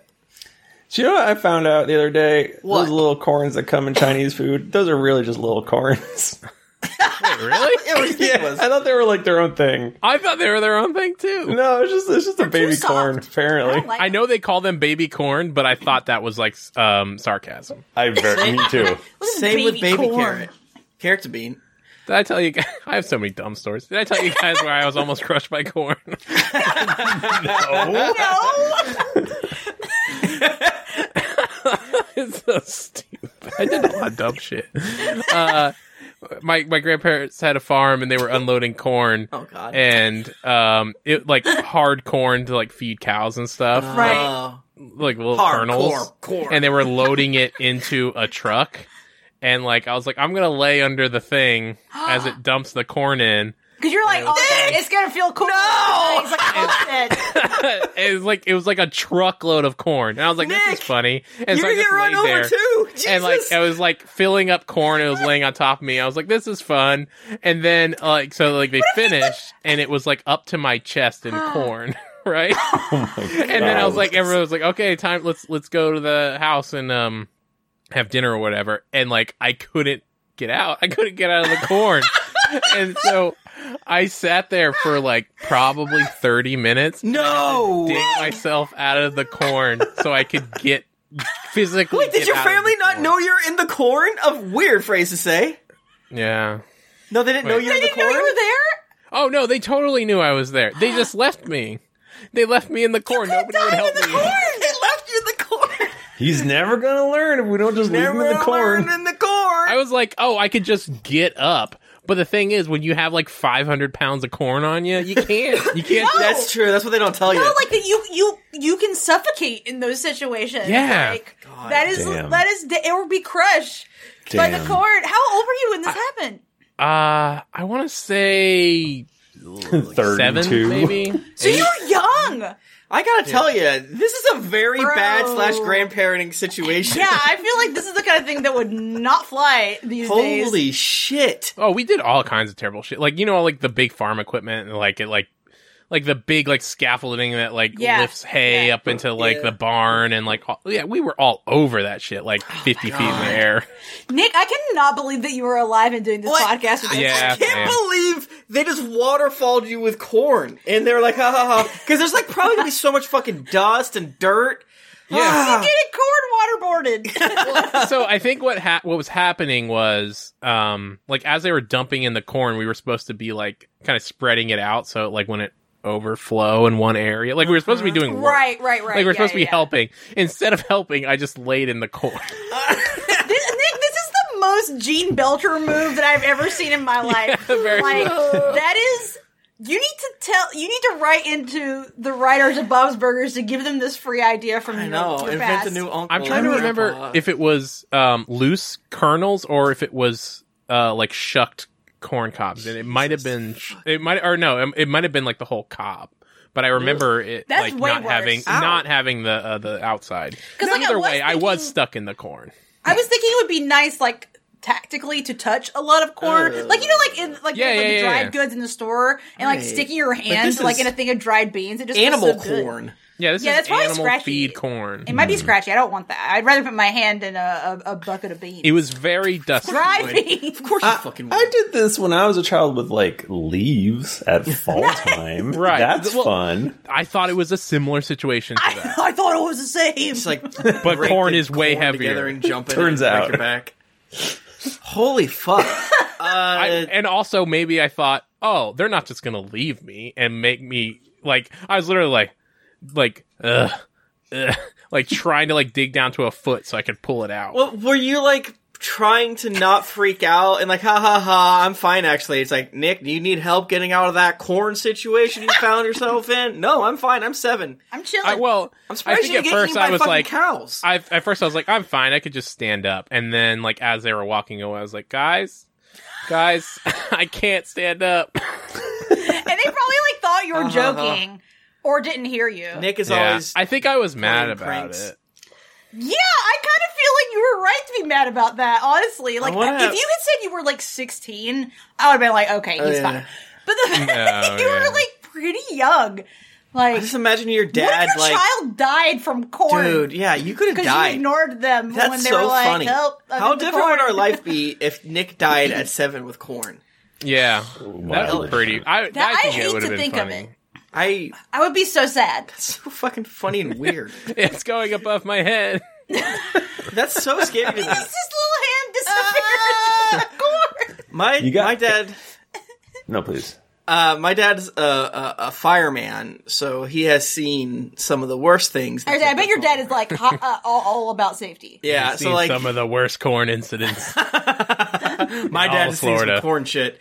S5: Do you know what I found out the other day?
S3: What?
S5: Those little corns that come in Chinese food, those are really just little corns.
S4: Wait, really?
S3: [laughs] Yeah, what do you think it was?
S5: [laughs] I thought they were like their own thing.
S4: I thought they were their own thing too.
S5: No, it's just it's just a baby
S2: soft.
S5: corn. Apparently,
S2: don't like-
S4: I know they call them baby corn, but I thought that was like um, sarcasm. [laughs]
S5: I very me too.
S2: This is
S3: Same with baby
S2: corn.
S3: carrot. Carrot's a bean.
S4: Did I tell you? Guys, [laughs] I have so many dumb stories. Did I tell you guys where I was almost crushed by corn? [laughs]
S2: No.
S4: it's so stupid. I did a lot of dumb shit. Uh, my my grandparents had a farm and they were unloading corn.
S3: Oh, God.
S4: And um, it like hard corn to like feed cows and stuff.
S2: Right.
S3: Oh.
S4: like little
S3: Hardcore
S4: kernels,
S3: corn.
S4: and they were loading it into a truck. And like I was like, I'm gonna lay under the thing
S3: [gasps]
S4: as it dumps the corn in.
S2: Because you're like, oh, it's gonna feel cool. No. He's like, oh shit. [laughs]
S4: [laughs] it was like it was like a truckload of corn, and I was like, this
S3: Nick,
S4: is funny. And
S3: You're
S4: I
S3: going to
S4: just
S3: get run
S4: laid
S3: over,
S4: there.
S3: too. Jesus.
S4: And like I was like filling up corn, it was laying on top of me. I was like, "This is fun." And then uh, like so like they finished, and it was like up to my
S3: [gasps]
S4: chest in corn, [laughs] right? and then I
S5: um,
S4: was like, everyone was like, okay, time. Let's let's go to the house and um have dinner or whatever. And like, I couldn't get out. I couldn't get out of
S3: [laughs]
S4: the corn, and so I sat there for like probably thirty minutes,
S3: no.
S4: dig myself out of the corn so I could get physically.
S3: Wait, did
S4: get
S3: your
S4: out of the
S3: family not
S4: corn.
S3: know you're in the corn? A weird phrase to say.
S4: Yeah.
S3: No, they didn't know
S4: Wait.
S3: you're in the
S2: Didn't know
S3: corn.
S2: you were there.
S4: Oh no, they totally knew I was there. They just left me. They left me in the corn. Nobody would help me.
S3: They left you in the corn.
S5: He's never gonna learn if we don't just leave him in the corn.
S3: learned in the corn.
S4: I was like, oh, I could just get up. But the thing is, when you have like 500 pounds of corn on you, you can't. You can't.
S3: That's true. That's [laughs] what they don't tell you.
S2: No, like that you you you can suffocate in those situations.
S4: Yeah.
S2: like, that is
S5: damn.
S2: that is da- or be crushed by the
S5: Damn.
S2: corn. How old were you when this happened?
S4: Uh, I want to say
S5: Third
S4: seven,
S5: and two.
S4: maybe.
S2: So you were young.
S3: I gotta tell you, this is a very
S2: Bro.
S3: bad slash grandparenting situation.
S2: Yeah, I feel like this is the kind of thing that would not fly these days.
S3: [laughs] Holy shit.
S4: Oh, we did all kinds of terrible shit. Like you know, like the big farm equipment and like it like like the big like scaffolding that like
S2: Yeah.
S4: lifts hay
S2: Yeah.
S4: up into like
S3: Yeah.
S4: the barn and like all, yeah, we were all over that shit like
S2: Oh
S4: fifty feet in the air.
S2: [laughs] Nick, I cannot believe that you were alive and doing this
S3: What?
S2: podcast with us.
S4: Yeah.
S3: I can't
S4: man.
S3: believe they just waterfalled you with corn. And they're like, ha ha ha. Because there's like probably gonna be so much fucking dust and dirt. Ah.
S2: You did it corn waterboarded.
S4: so I think what ha- what was happening was um like as they were dumping in the corn, we were supposed to be like kind of spreading it out so like when it overflow in one area, like we were supposed to be doing work.
S2: Uh-huh. right, right, right.
S4: Like
S2: yeah,
S4: we're supposed to be
S2: yeah.
S4: helping. Instead of helping, I just laid in the corn. [laughs]
S2: This, Nick, this is the most Gene Belcher move that I've ever seen in my
S4: [laughs]
S2: life.
S4: very
S2: like
S4: much
S2: that is. You need to tell. You need to write into the writers of Bob's Burgers to give them this free idea from
S3: I
S2: your-
S3: know.
S2: your
S3: Invent
S2: past.
S3: a new uncle.
S4: I'm trying to
S3: or
S4: remember
S3: grandpa.
S4: if it was um, loose kernels or if it was uh, like shucked corn cobs, and it might have been sh- it might or no, um, it might have been like the whole cob. But I remember it
S2: That's
S4: like
S2: way
S4: not
S2: worse.
S4: having
S3: Ow.
S4: not having the uh, the outside.
S2: 'Cause, like, I
S4: Either
S2: was
S4: way, I was
S2: thinking-
S4: stuck in the corn.
S2: I was thinking it would be nice, like tactically, to touch a lot of corn, like you know, like in like,
S4: Yeah,
S2: like
S4: yeah,
S2: the
S4: yeah,
S2: dried
S4: yeah.
S2: goods in the store, and like
S3: Oh. Right.
S2: sticking your
S3: this
S2: hand like
S3: is
S2: in a thing of dried beans. It just feels
S3: animal
S2: so good.
S3: corn.
S4: Yeah, this
S2: Yeah,
S4: is
S2: that's probably
S4: animal
S2: scratchy.
S4: feed corn.
S2: It might be scratchy. I don't want that. I'd rather put my hand in a, a, a bucket of beans.
S4: It was very dusty.
S2: dried beans.
S3: Of course you fucking
S5: I
S3: would.
S5: did this when I was a child with like leaves
S4: [laughs]
S5: at fall time.
S4: Right.
S5: That's
S4: Well-
S5: fun.
S4: I thought it was a similar situation to that.
S2: I thought it was the same. [laughs]
S3: It's like
S4: But
S3: break
S4: corn
S3: the
S4: is way
S3: corn
S4: heavier.
S3: Together and jump in
S5: Turns
S3: and break
S5: out.
S3: your back.
S2: [laughs]
S3: Holy fuck! Uh,
S4: I, and also maybe I thought, oh, they're not just gonna leave me and make me like I was literally like, like, ugh, ugh, like trying to like dig down to a foot so I could pull it out.
S3: Well, were you like trying to not freak out and like, ha ha ha, I'm fine actually? It's like, Nick, do you need help getting out of that corn situation you found yourself in? [laughs] No, I'm fine. I'm seven.
S2: I'm chilling.
S4: I, well,
S3: I'm
S4: I
S3: surprised
S4: think
S3: you
S4: at
S3: didn't get
S4: first
S3: eaten by
S4: I was
S3: fucking
S4: like,
S3: cows.
S4: I at first I was like, I'm fine, I could just stand up. And then like as they were walking away, I was like, guys, guys, [laughs] I can't stand up.
S2: and they probably like thought you were joking or didn't hear you.
S3: Nick is
S4: Yeah,
S3: always.
S4: I think I was mad
S3: playing
S4: about
S3: pranks.
S4: it.
S2: Yeah, I kind of feel like you were right to be mad about that, honestly. Like,
S3: wanna-
S2: if you had said you were like 16, I would have been like, okay, he's
S3: Oh, yeah.
S2: fine. But the fact that
S4: No,
S2: you
S4: yeah.
S2: were like pretty young, like,
S3: I just imagine your
S2: what
S3: dad
S2: if your
S3: like,
S2: child died from corn?
S3: dude, yeah, you could have
S2: because
S3: died.
S2: you ignored them
S3: That's
S2: when they
S3: so
S2: were like,
S3: funny.
S2: help. I'm
S3: How
S2: in the
S3: different would
S2: corn."
S3: our
S2: [laughs]
S3: life be if Nick died at seven with corn?
S4: Yeah, that
S5: Wildly.
S4: was pretty. I,
S2: That-
S4: I think
S2: I
S4: it
S2: hate
S4: would have
S2: to
S4: been
S2: think of
S4: funny.
S2: it.
S3: I
S2: I would be so
S3: [laughs]
S2: sad.
S3: so fucking funny and weird.
S4: [laughs] It's going above my head.
S3: That's so scary to me.
S2: His little
S3: Ah.
S2: hand
S3: [laughs]
S2: disappeared.
S3: My
S5: You got-
S3: my dad
S5: No, please.
S3: Uh, my dad's a, a, a fireman, so he has seen some of the worst things. that
S2: I, said, I bet
S3: people-
S2: your dad is like ho- uh, all, all about safety.
S3: Yeah,
S4: I've
S3: so
S4: seen
S3: like [laughs]
S4: some of the worst corn incidents.
S3: my
S4: all
S3: dad
S4: of
S3: has seen some
S4: Florida.
S3: corn shit.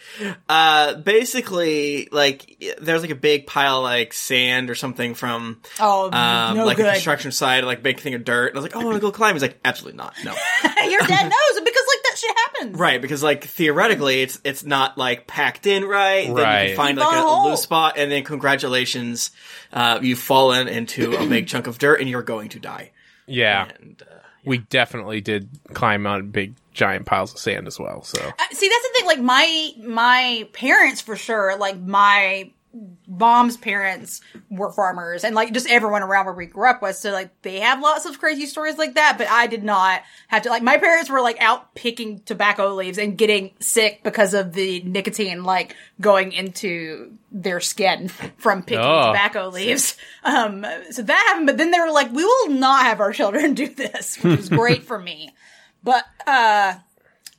S3: Uh, basically, like there's like a big pile of like sand or something from
S2: Oh,
S3: um,
S2: no
S3: like a
S2: good.
S3: construction site, like big thing of dirt. And I was like, oh, I want to go climb. He's like, absolutely not. No,
S2: [laughs] your dad knows because like that shit happens.
S3: right? Because like theoretically, it's it's not like packed in right. Then you
S4: Right.
S3: can find
S2: You
S3: like a,
S2: fall.
S3: loose spot, and then congratulations, uh, you've fallen into a big chunk of dirt, and you're going to die.
S4: Yeah,
S3: And uh,
S4: we definitely did climb on big giant piles of sand as well. So
S2: I- See, that's the thing. Like my my parents for sure. Like my mom's parents were farmers, and like just everyone around where we grew up was. So like they have lots of crazy stories like that. But I did not have to. Like my parents were like out picking tobacco leaves and getting sick because of the nicotine like going into their skin [laughs] from picking
S4: Oh.
S2: tobacco leaves. Um, so that happened. But then they were like, we will not have our children do this, which was great for me. But uh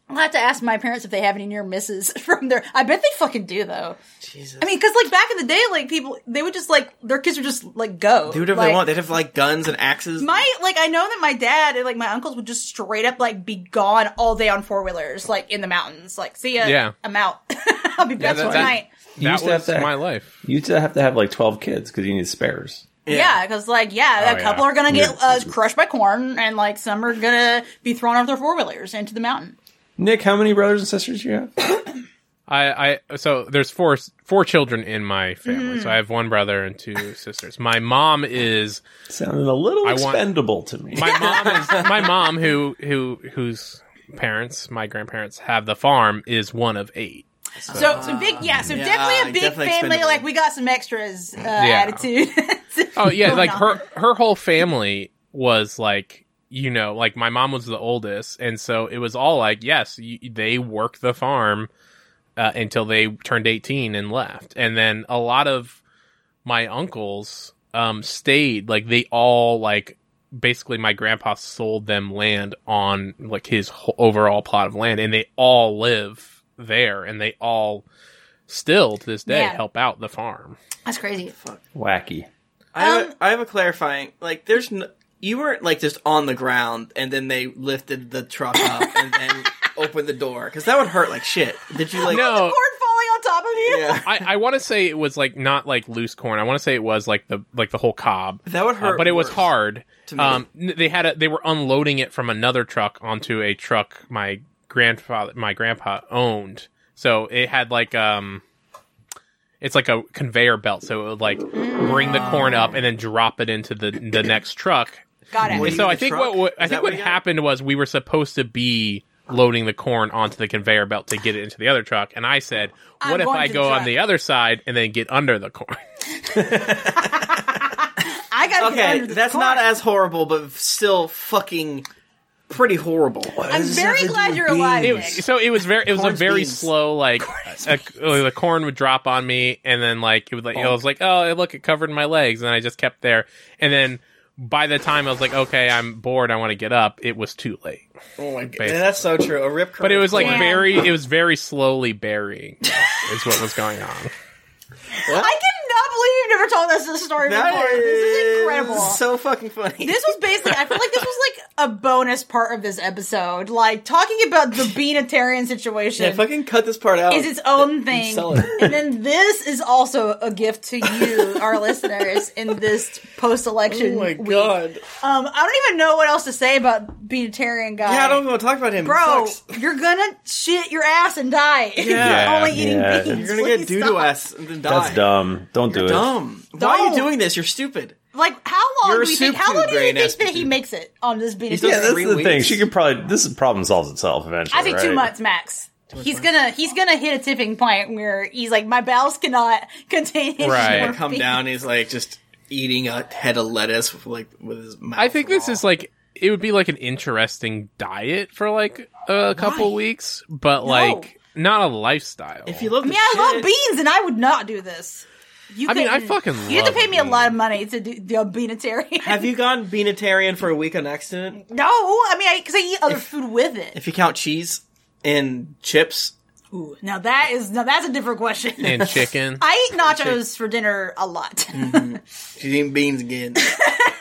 S2: I'll have to ask my parents if they have any near misses [laughs] from their. I bet they fucking do though.
S3: Jesus.
S2: I mean, because like back in the day, like people they would just like their kids would just like go.
S3: Do whatever
S2: like,
S3: they want. They'd have like guns and axes.
S2: My like I know that my dad and like my uncles would just straight up like be gone all day on four wheelers, like in the mountains. Like, see ya.
S4: Yeah.
S2: I'm out. [laughs] I'll be back
S4: that-
S2: for
S4: that-
S2: tonight.
S4: that
S5: used to have
S4: was
S5: to-
S4: my life.
S5: You used to have to have like 12 kids because you need spares.
S2: Yeah, because like yeah,
S4: Oh,
S2: a couple
S4: yeah.
S2: are gonna get uh, crushed by corn, and like some are gonna be thrown off their four wheelers into the mountain.
S5: Nick, how many brothers and sisters do you have?
S4: I, I so there's four four children in my family.
S3: Mm-hmm.
S4: So I have one brother and
S3: [laughs]
S4: two sisters. My mom is
S5: Sounded a little
S4: I want-
S5: expendable to me.
S4: my mom is my mom who who whose parents my grandparents have the farm is one of eight.
S2: So, so big, yeah. So
S3: Yeah,
S2: definitely a big
S3: definitely
S2: family.
S3: expendable.
S2: Like we got some extras uh, attitude.
S4: [laughs] Oh yeah,
S2: Going
S4: like
S2: on.
S4: her her whole family was like you know like my mom was the oldest, and so it was all like yes, you, they worked the farm uh, until they turned eighteen and left, and then a lot of my uncles um stayed like they all like basically my grandpa sold them land on like his whole overall plot of land and they all live there and they all still to this day
S2: Man.
S4: help out the farm
S2: That's crazy.
S5: Wacky.
S3: I have, a, I have a clarifying. Like, there's no, you weren't like just on the ground, and then they lifted the truck [laughs] up and then opened the door because that would hurt like shit. Did you like?
S4: no
S2: Corn falling on top of you.
S3: Yeah,
S4: I, I want to say it was like not like loose corn. I want to say it was like the like the whole cob,
S3: that would
S4: Uh,
S3: hurt.
S4: but it was
S3: worse.
S4: hard.
S3: to me.
S4: Um, n- they had a, they were unloading it from another truck onto a truck my grandfather my grandpa owned. So it had like um, it's like a conveyor belt. So it would like bring the corn up and then drop it into the the next truck.
S2: Got it.
S3: What do you-
S4: So
S3: the
S4: I think
S3: truck?
S4: what, what I
S3: Is that
S4: think
S3: what
S4: what
S3: he got?
S4: happened was we were supposed to be loading the corn onto the conveyor belt to get it into the other truck, and I said,
S2: I'm
S4: "What if
S2: going
S4: I
S2: to the
S4: go on
S2: truck."
S4: the other side and then get under the corn?" [laughs]
S2: I gotta get
S3: Okay,
S2: under the
S3: that's
S2: corn.
S3: not as horrible, but still fucking pretty horrible.
S2: I'm very glad you're alive.
S4: It
S2: Nick.
S4: was, so it was very it was
S3: Corn's
S4: a very
S3: beans.
S4: slow like a, uh, the corn would drop on me and then like it would like I was like oh look it covered my legs and I just kept there and then by the time I was like okay I'm bored I want to get up it was too late
S3: Oh my god,
S4: Basically.
S3: that's so true. A rip, curl
S4: but it was like
S2: Damn.
S4: very it was very slowly burying is what was going on
S2: I cannot believe you've never told us this story
S3: that
S2: before. This is
S3: is
S2: incredible.
S3: So fucking funny.
S2: this was basically, I feel like this was like a bonus part of this episode. Like talking about the beanitarian situation
S3: yeah, fucking cut this part out.
S2: is its own thing.
S3: sell it.
S2: And then this is also a gift to you, our listeners, in
S3: [laughs]
S2: this post election
S3: oh my
S2: week.
S3: god.
S2: Um, I don't even know what else to say about beanitarian guy.
S3: Yeah, I don't want to talk about him. He
S2: Bro,
S3: sucks.
S2: you're gonna shit your ass and die. if
S3: Yeah.
S2: you're only eating
S5: Yeah.
S2: beans.
S3: you're gonna get
S2: Please
S3: due to
S2: stop.
S3: us and then die.
S5: That's dumb. Don't do it.
S3: Dumb. Why are
S2: Don't.
S3: you doing this? You're stupid.
S2: Like, how long
S3: You're a
S2: do you think?
S3: soup
S2: How long
S3: cube,
S2: do you
S3: Grain
S2: think that he
S3: Esposito.
S2: makes it on this bean?
S3: does
S5: Yeah, that's
S3: Three
S5: the thing.
S3: weeks.
S5: She could probably this problem solves itself eventually.
S2: I think two
S5: right?
S2: months max. He's gonna he's gonna hit a tipping point where he's like, my bowels cannot contain any
S4: Right.
S2: more
S3: Come
S2: beans."
S3: down. He's like just eating a head of lettuce with like with his mouth.
S4: I think this
S3: raw.
S4: is like it would be like an interesting diet for like a couple weeks but like not a lifestyle
S3: If you love,
S2: I mean, I love beans, and I would not do this. You
S4: I mean, I
S2: couldn't.
S4: fucking
S2: You have to
S4: love
S2: pay me a lot of money to do the beanitarian.
S3: Have you gone beanitarian for a week on
S2: [laughs]
S3: accident?
S2: no, I mean, because I, eat other food with it.
S3: If you count cheese and chips,
S2: Ooh, now that is now that's a different question. [laughs]
S3: [laughs]
S4: and Mm. chicken
S2: I eat nachos for dinner a lot.
S3: she's eating beans again.
S2: [laughs]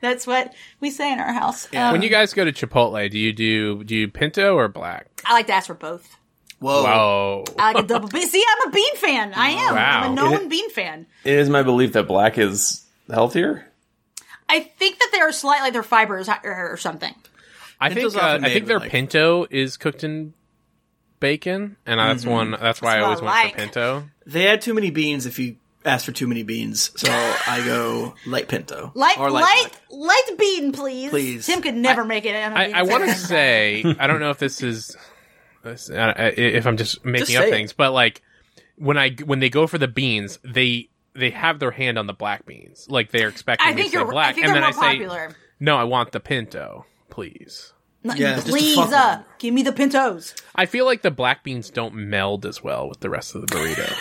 S2: that's what we say in our house.
S3: uh,
S2: Um,
S4: When you guys go to Chipotle, do you do do you pinto or black?
S2: I like to ask for both.
S3: Whoa.
S4: Oh,
S2: I like a double bean. See, I'm a bean fan. I am. I'm a
S4: Wow.
S2: known bean fan.
S5: It is my belief that black is healthier.
S2: I think that they are slightly like their fibers or something.
S4: I think
S3: Pinto's
S4: uh,
S3: often
S4: I
S3: made
S4: think
S3: with,
S4: their
S3: like-
S4: pinto is cooked in bacon, and that's
S3: Mm-hmm.
S4: one. That's why I
S2: what
S4: always
S2: I
S4: went
S2: like.
S4: for pinto.
S3: They add too many beans if you ask for too many beans. So I go light pinto.
S2: Light,
S3: or
S2: light,
S3: light,
S2: light,
S3: black.
S2: bean, please.
S3: Please.
S2: Tim could never make it. I'm a
S4: I,
S2: bean
S4: I want to
S2: fan.
S4: say I don't know if this is this, uh, I- if I'm just making
S3: Just
S4: up
S3: say it.
S4: things, but like when I when they go for the beans, they they have their hand on the black beans, like they're
S2: [laughs]
S4: expecting.
S2: I
S4: me
S2: think
S4: to say
S2: you're.
S4: black,
S2: I think
S4: and
S2: they're
S4: then
S2: more
S4: I say
S2: popular.
S4: no, I want the pinto, please.
S2: Like,
S3: Yeah, just a
S2: please,
S3: fuck
S2: uh,
S3: one.
S2: give me the pintos.
S4: I feel like the black beans don't meld as well with the rest of the
S2: [laughs]
S4: burrito.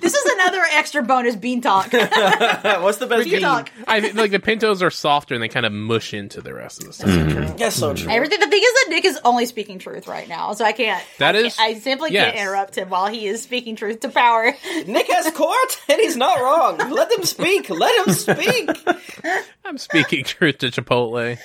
S2: This is another extra bonus bean
S4: [laughs]
S2: talk.
S3: What's the best
S2: bean
S3: bean?
S2: talk.
S4: I think like the pintos are softer and they kind of mush into the rest of the stuff.
S3: Yes, so true.
S2: Everything. The thing is that Nick is only speaking truth right now, so I can't.
S4: That
S2: I
S4: is-
S2: can't- I simply can't
S4: yes.
S2: interrupt him while he is speaking truth to power. [laughs]
S3: Nick has court, and he's not wrong. Let them speak. Let him speak.
S4: I'm speaking [laughs] truth to Chipotle.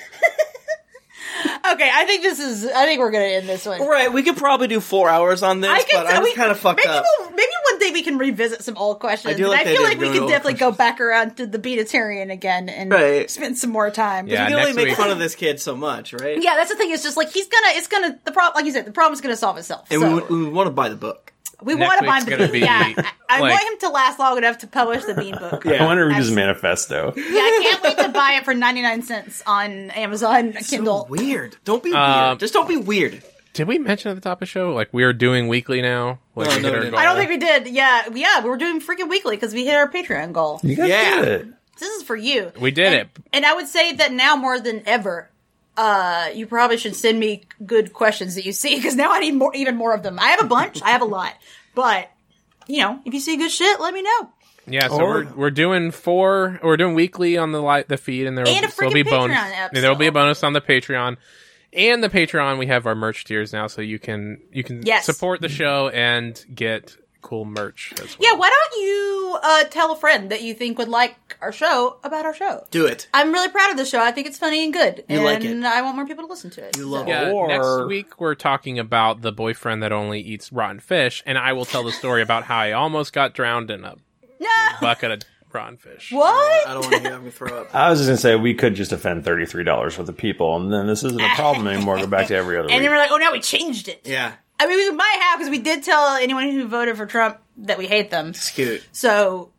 S2: Okay, I think this is. I think we're gonna end this one.
S3: [laughs] Right, we could probably do four hours on this, but I'm
S2: we-
S3: kind of fucked
S2: maybe
S3: up.
S4: Uh,
S2: We'll, maybe one day we can revisit some old questions.
S3: I do like
S2: and
S3: the
S2: I feel
S3: idea
S2: like
S3: of
S2: we
S3: doing
S2: could
S3: old
S2: definitely go back around to the Beatitarian again and
S3: Right.
S2: spend some more time.
S4: Yeah.
S3: You can only
S4: next
S3: make
S4: week.
S3: fun of this kid so much, right?
S2: Yeah, that's the thing. It's just like he's gonna. It's gonna. The problem, like you said, the problem's gonna solve itself.
S3: And
S2: so.
S3: we, would, we would want to buy the book.
S2: We want to
S4: Netflix
S2: buy him the
S4: gonna
S2: bean.
S4: be,
S2: yeah, I, I
S4: like-
S2: want him to last long enough to publish the bean book. Yeah,
S5: I want to read his
S2: Absolutely.
S5: manifesto.
S2: I can't wait to buy it for ninety nine cents on Amazon Kindle.
S3: So weird. Don't be
S4: Um,
S3: weird. Just don't be weird.
S4: Did we mention at the top of the show like we are doing weekly now? Like,
S3: No,
S4: we
S3: no,
S4: hit our
S3: no, no.
S4: goal?
S2: I don't think we did. Yeah, yeah, we were doing freaking weekly because we hit our Patreon goal.
S5: You guys
S3: Yeah.
S5: did it.
S2: This is for you.
S4: we did it.
S2: And I would say that now more than ever, uh, you probably should send me good questions that you see because now I need more, even more of them. I have a bunch. I have a lot, but you know, if you see good shit, let me know.
S4: Yeah, so
S5: Or-
S4: we're we're doing four. We're doing weekly on the li- the feed, and there will
S2: And a
S4: so there'll be
S2: freaking
S4: bonus.
S2: Patreon episode.
S4: There will be a bonus on the Patreon, and the Patreon we have our merch tiers now, so you can you can
S2: Yes.
S4: support the show and get cool merch as well.
S2: Yeah, why don't you uh, tell a friend that you think would like our show about our show?
S3: Do it.
S2: I'm really proud of the show. I think it's funny and good,
S3: You
S2: and
S3: like it.
S2: I want more people to listen to it.
S3: You love
S2: so.
S3: it.
S4: Yeah,
S5: Or-
S4: next week we're talking about the boyfriend that only eats rotten fish, and I will tell the story about how I almost got drowned in a
S2: No,
S4: bucket of rotten fish.
S2: what?
S3: I don't want to hear. I'm gonna throw up.
S5: I was just gonna say we could just offend thirty three dollars worth of people, and then this isn't a problem anymore. Go back to every
S2: [laughs]
S5: other
S2: And
S5: week.
S2: then we're like, oh, now we changed it.
S3: Yeah,
S2: I mean, we might have because we did tell anyone who voted for Trump that we hate them.
S3: it's cute.
S2: So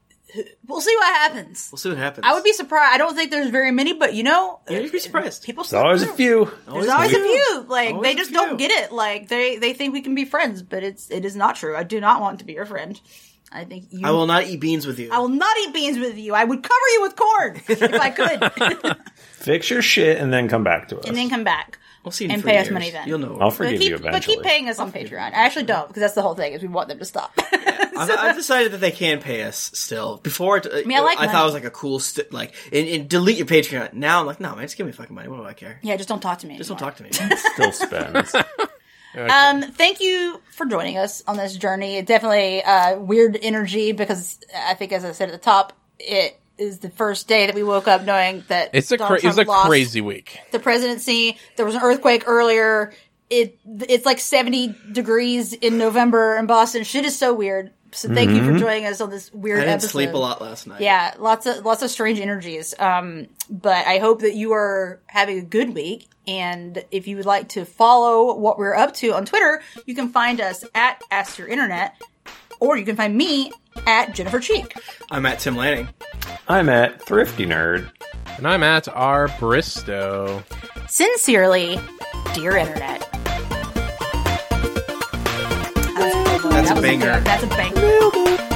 S2: we'll see what happens.
S3: We'll see what happens.
S2: I would be surprised. I don't think there's very many, but you know,
S3: Yeah, you'd be surprised.
S2: people.
S5: There's always a few.
S2: There's always a
S3: Always a
S2: few. Like
S3: Always
S2: they
S3: a
S2: just
S3: few.
S2: don't get it. Like they they think we can be friends, but it's it is not true. I do not want to be your friend. I think you.
S3: I will not eat beans with you.
S2: I will not eat beans with you. I would cover you with
S3: [laughs]
S2: corn if I could,
S5: Fix your shit and then come back to us.
S2: and then come back.
S3: We'll see you in
S2: and
S3: three
S2: pay us
S3: years.
S2: money then.
S3: You'll know.
S5: I'll
S2: But
S5: forgive
S2: keep,
S5: you
S2: but
S5: eventually.
S2: keep paying us on Patreon. I actually don't because that's the whole thing is we want them to stop.
S3: I've, I've decided that they can pay us still. Before, it, I,
S2: mean, I like
S3: thought
S2: money.
S3: it was like a cool st- like and, and delete your Patreon. Now I'm like, no man, just give me fucking money. What do I care?
S2: yeah, just don't talk to me.
S3: Just don't
S2: anymore.
S3: talk
S2: [laughs]
S3: to me.
S5: Still spends.
S2: Um, thank you for joining us on this journey. Definitely uh, weird energy because I think, as I said at the top, it is the first day that we woke up knowing that
S4: It's a
S2: Donald
S4: cra- it was
S2: Trump
S4: a
S2: lost
S4: crazy week.
S2: the presidency. There was an earthquake earlier. It it's like seventy degrees in November in Boston. Shit is so weird. So thank you
S4: Mm-hmm.
S2: for joining us on this weird
S3: I didn't
S2: episode.
S3: sleep a lot last night.
S2: Yeah, lots of lots of strange energies. Um, but I hope that you are having a good week. And if you would like to follow what we're up to on Twitter, you can find us at Ask Your Internet, or you can find me at Jennifer Cheek.
S3: I'm at Tim Lanning.
S5: I'm at Thrifty Nerd.
S4: And I'm at our Bristow.
S2: Sincerely, dear Internet. That was-
S3: That's
S2: that was good.
S3: a banger.
S2: That's a banger.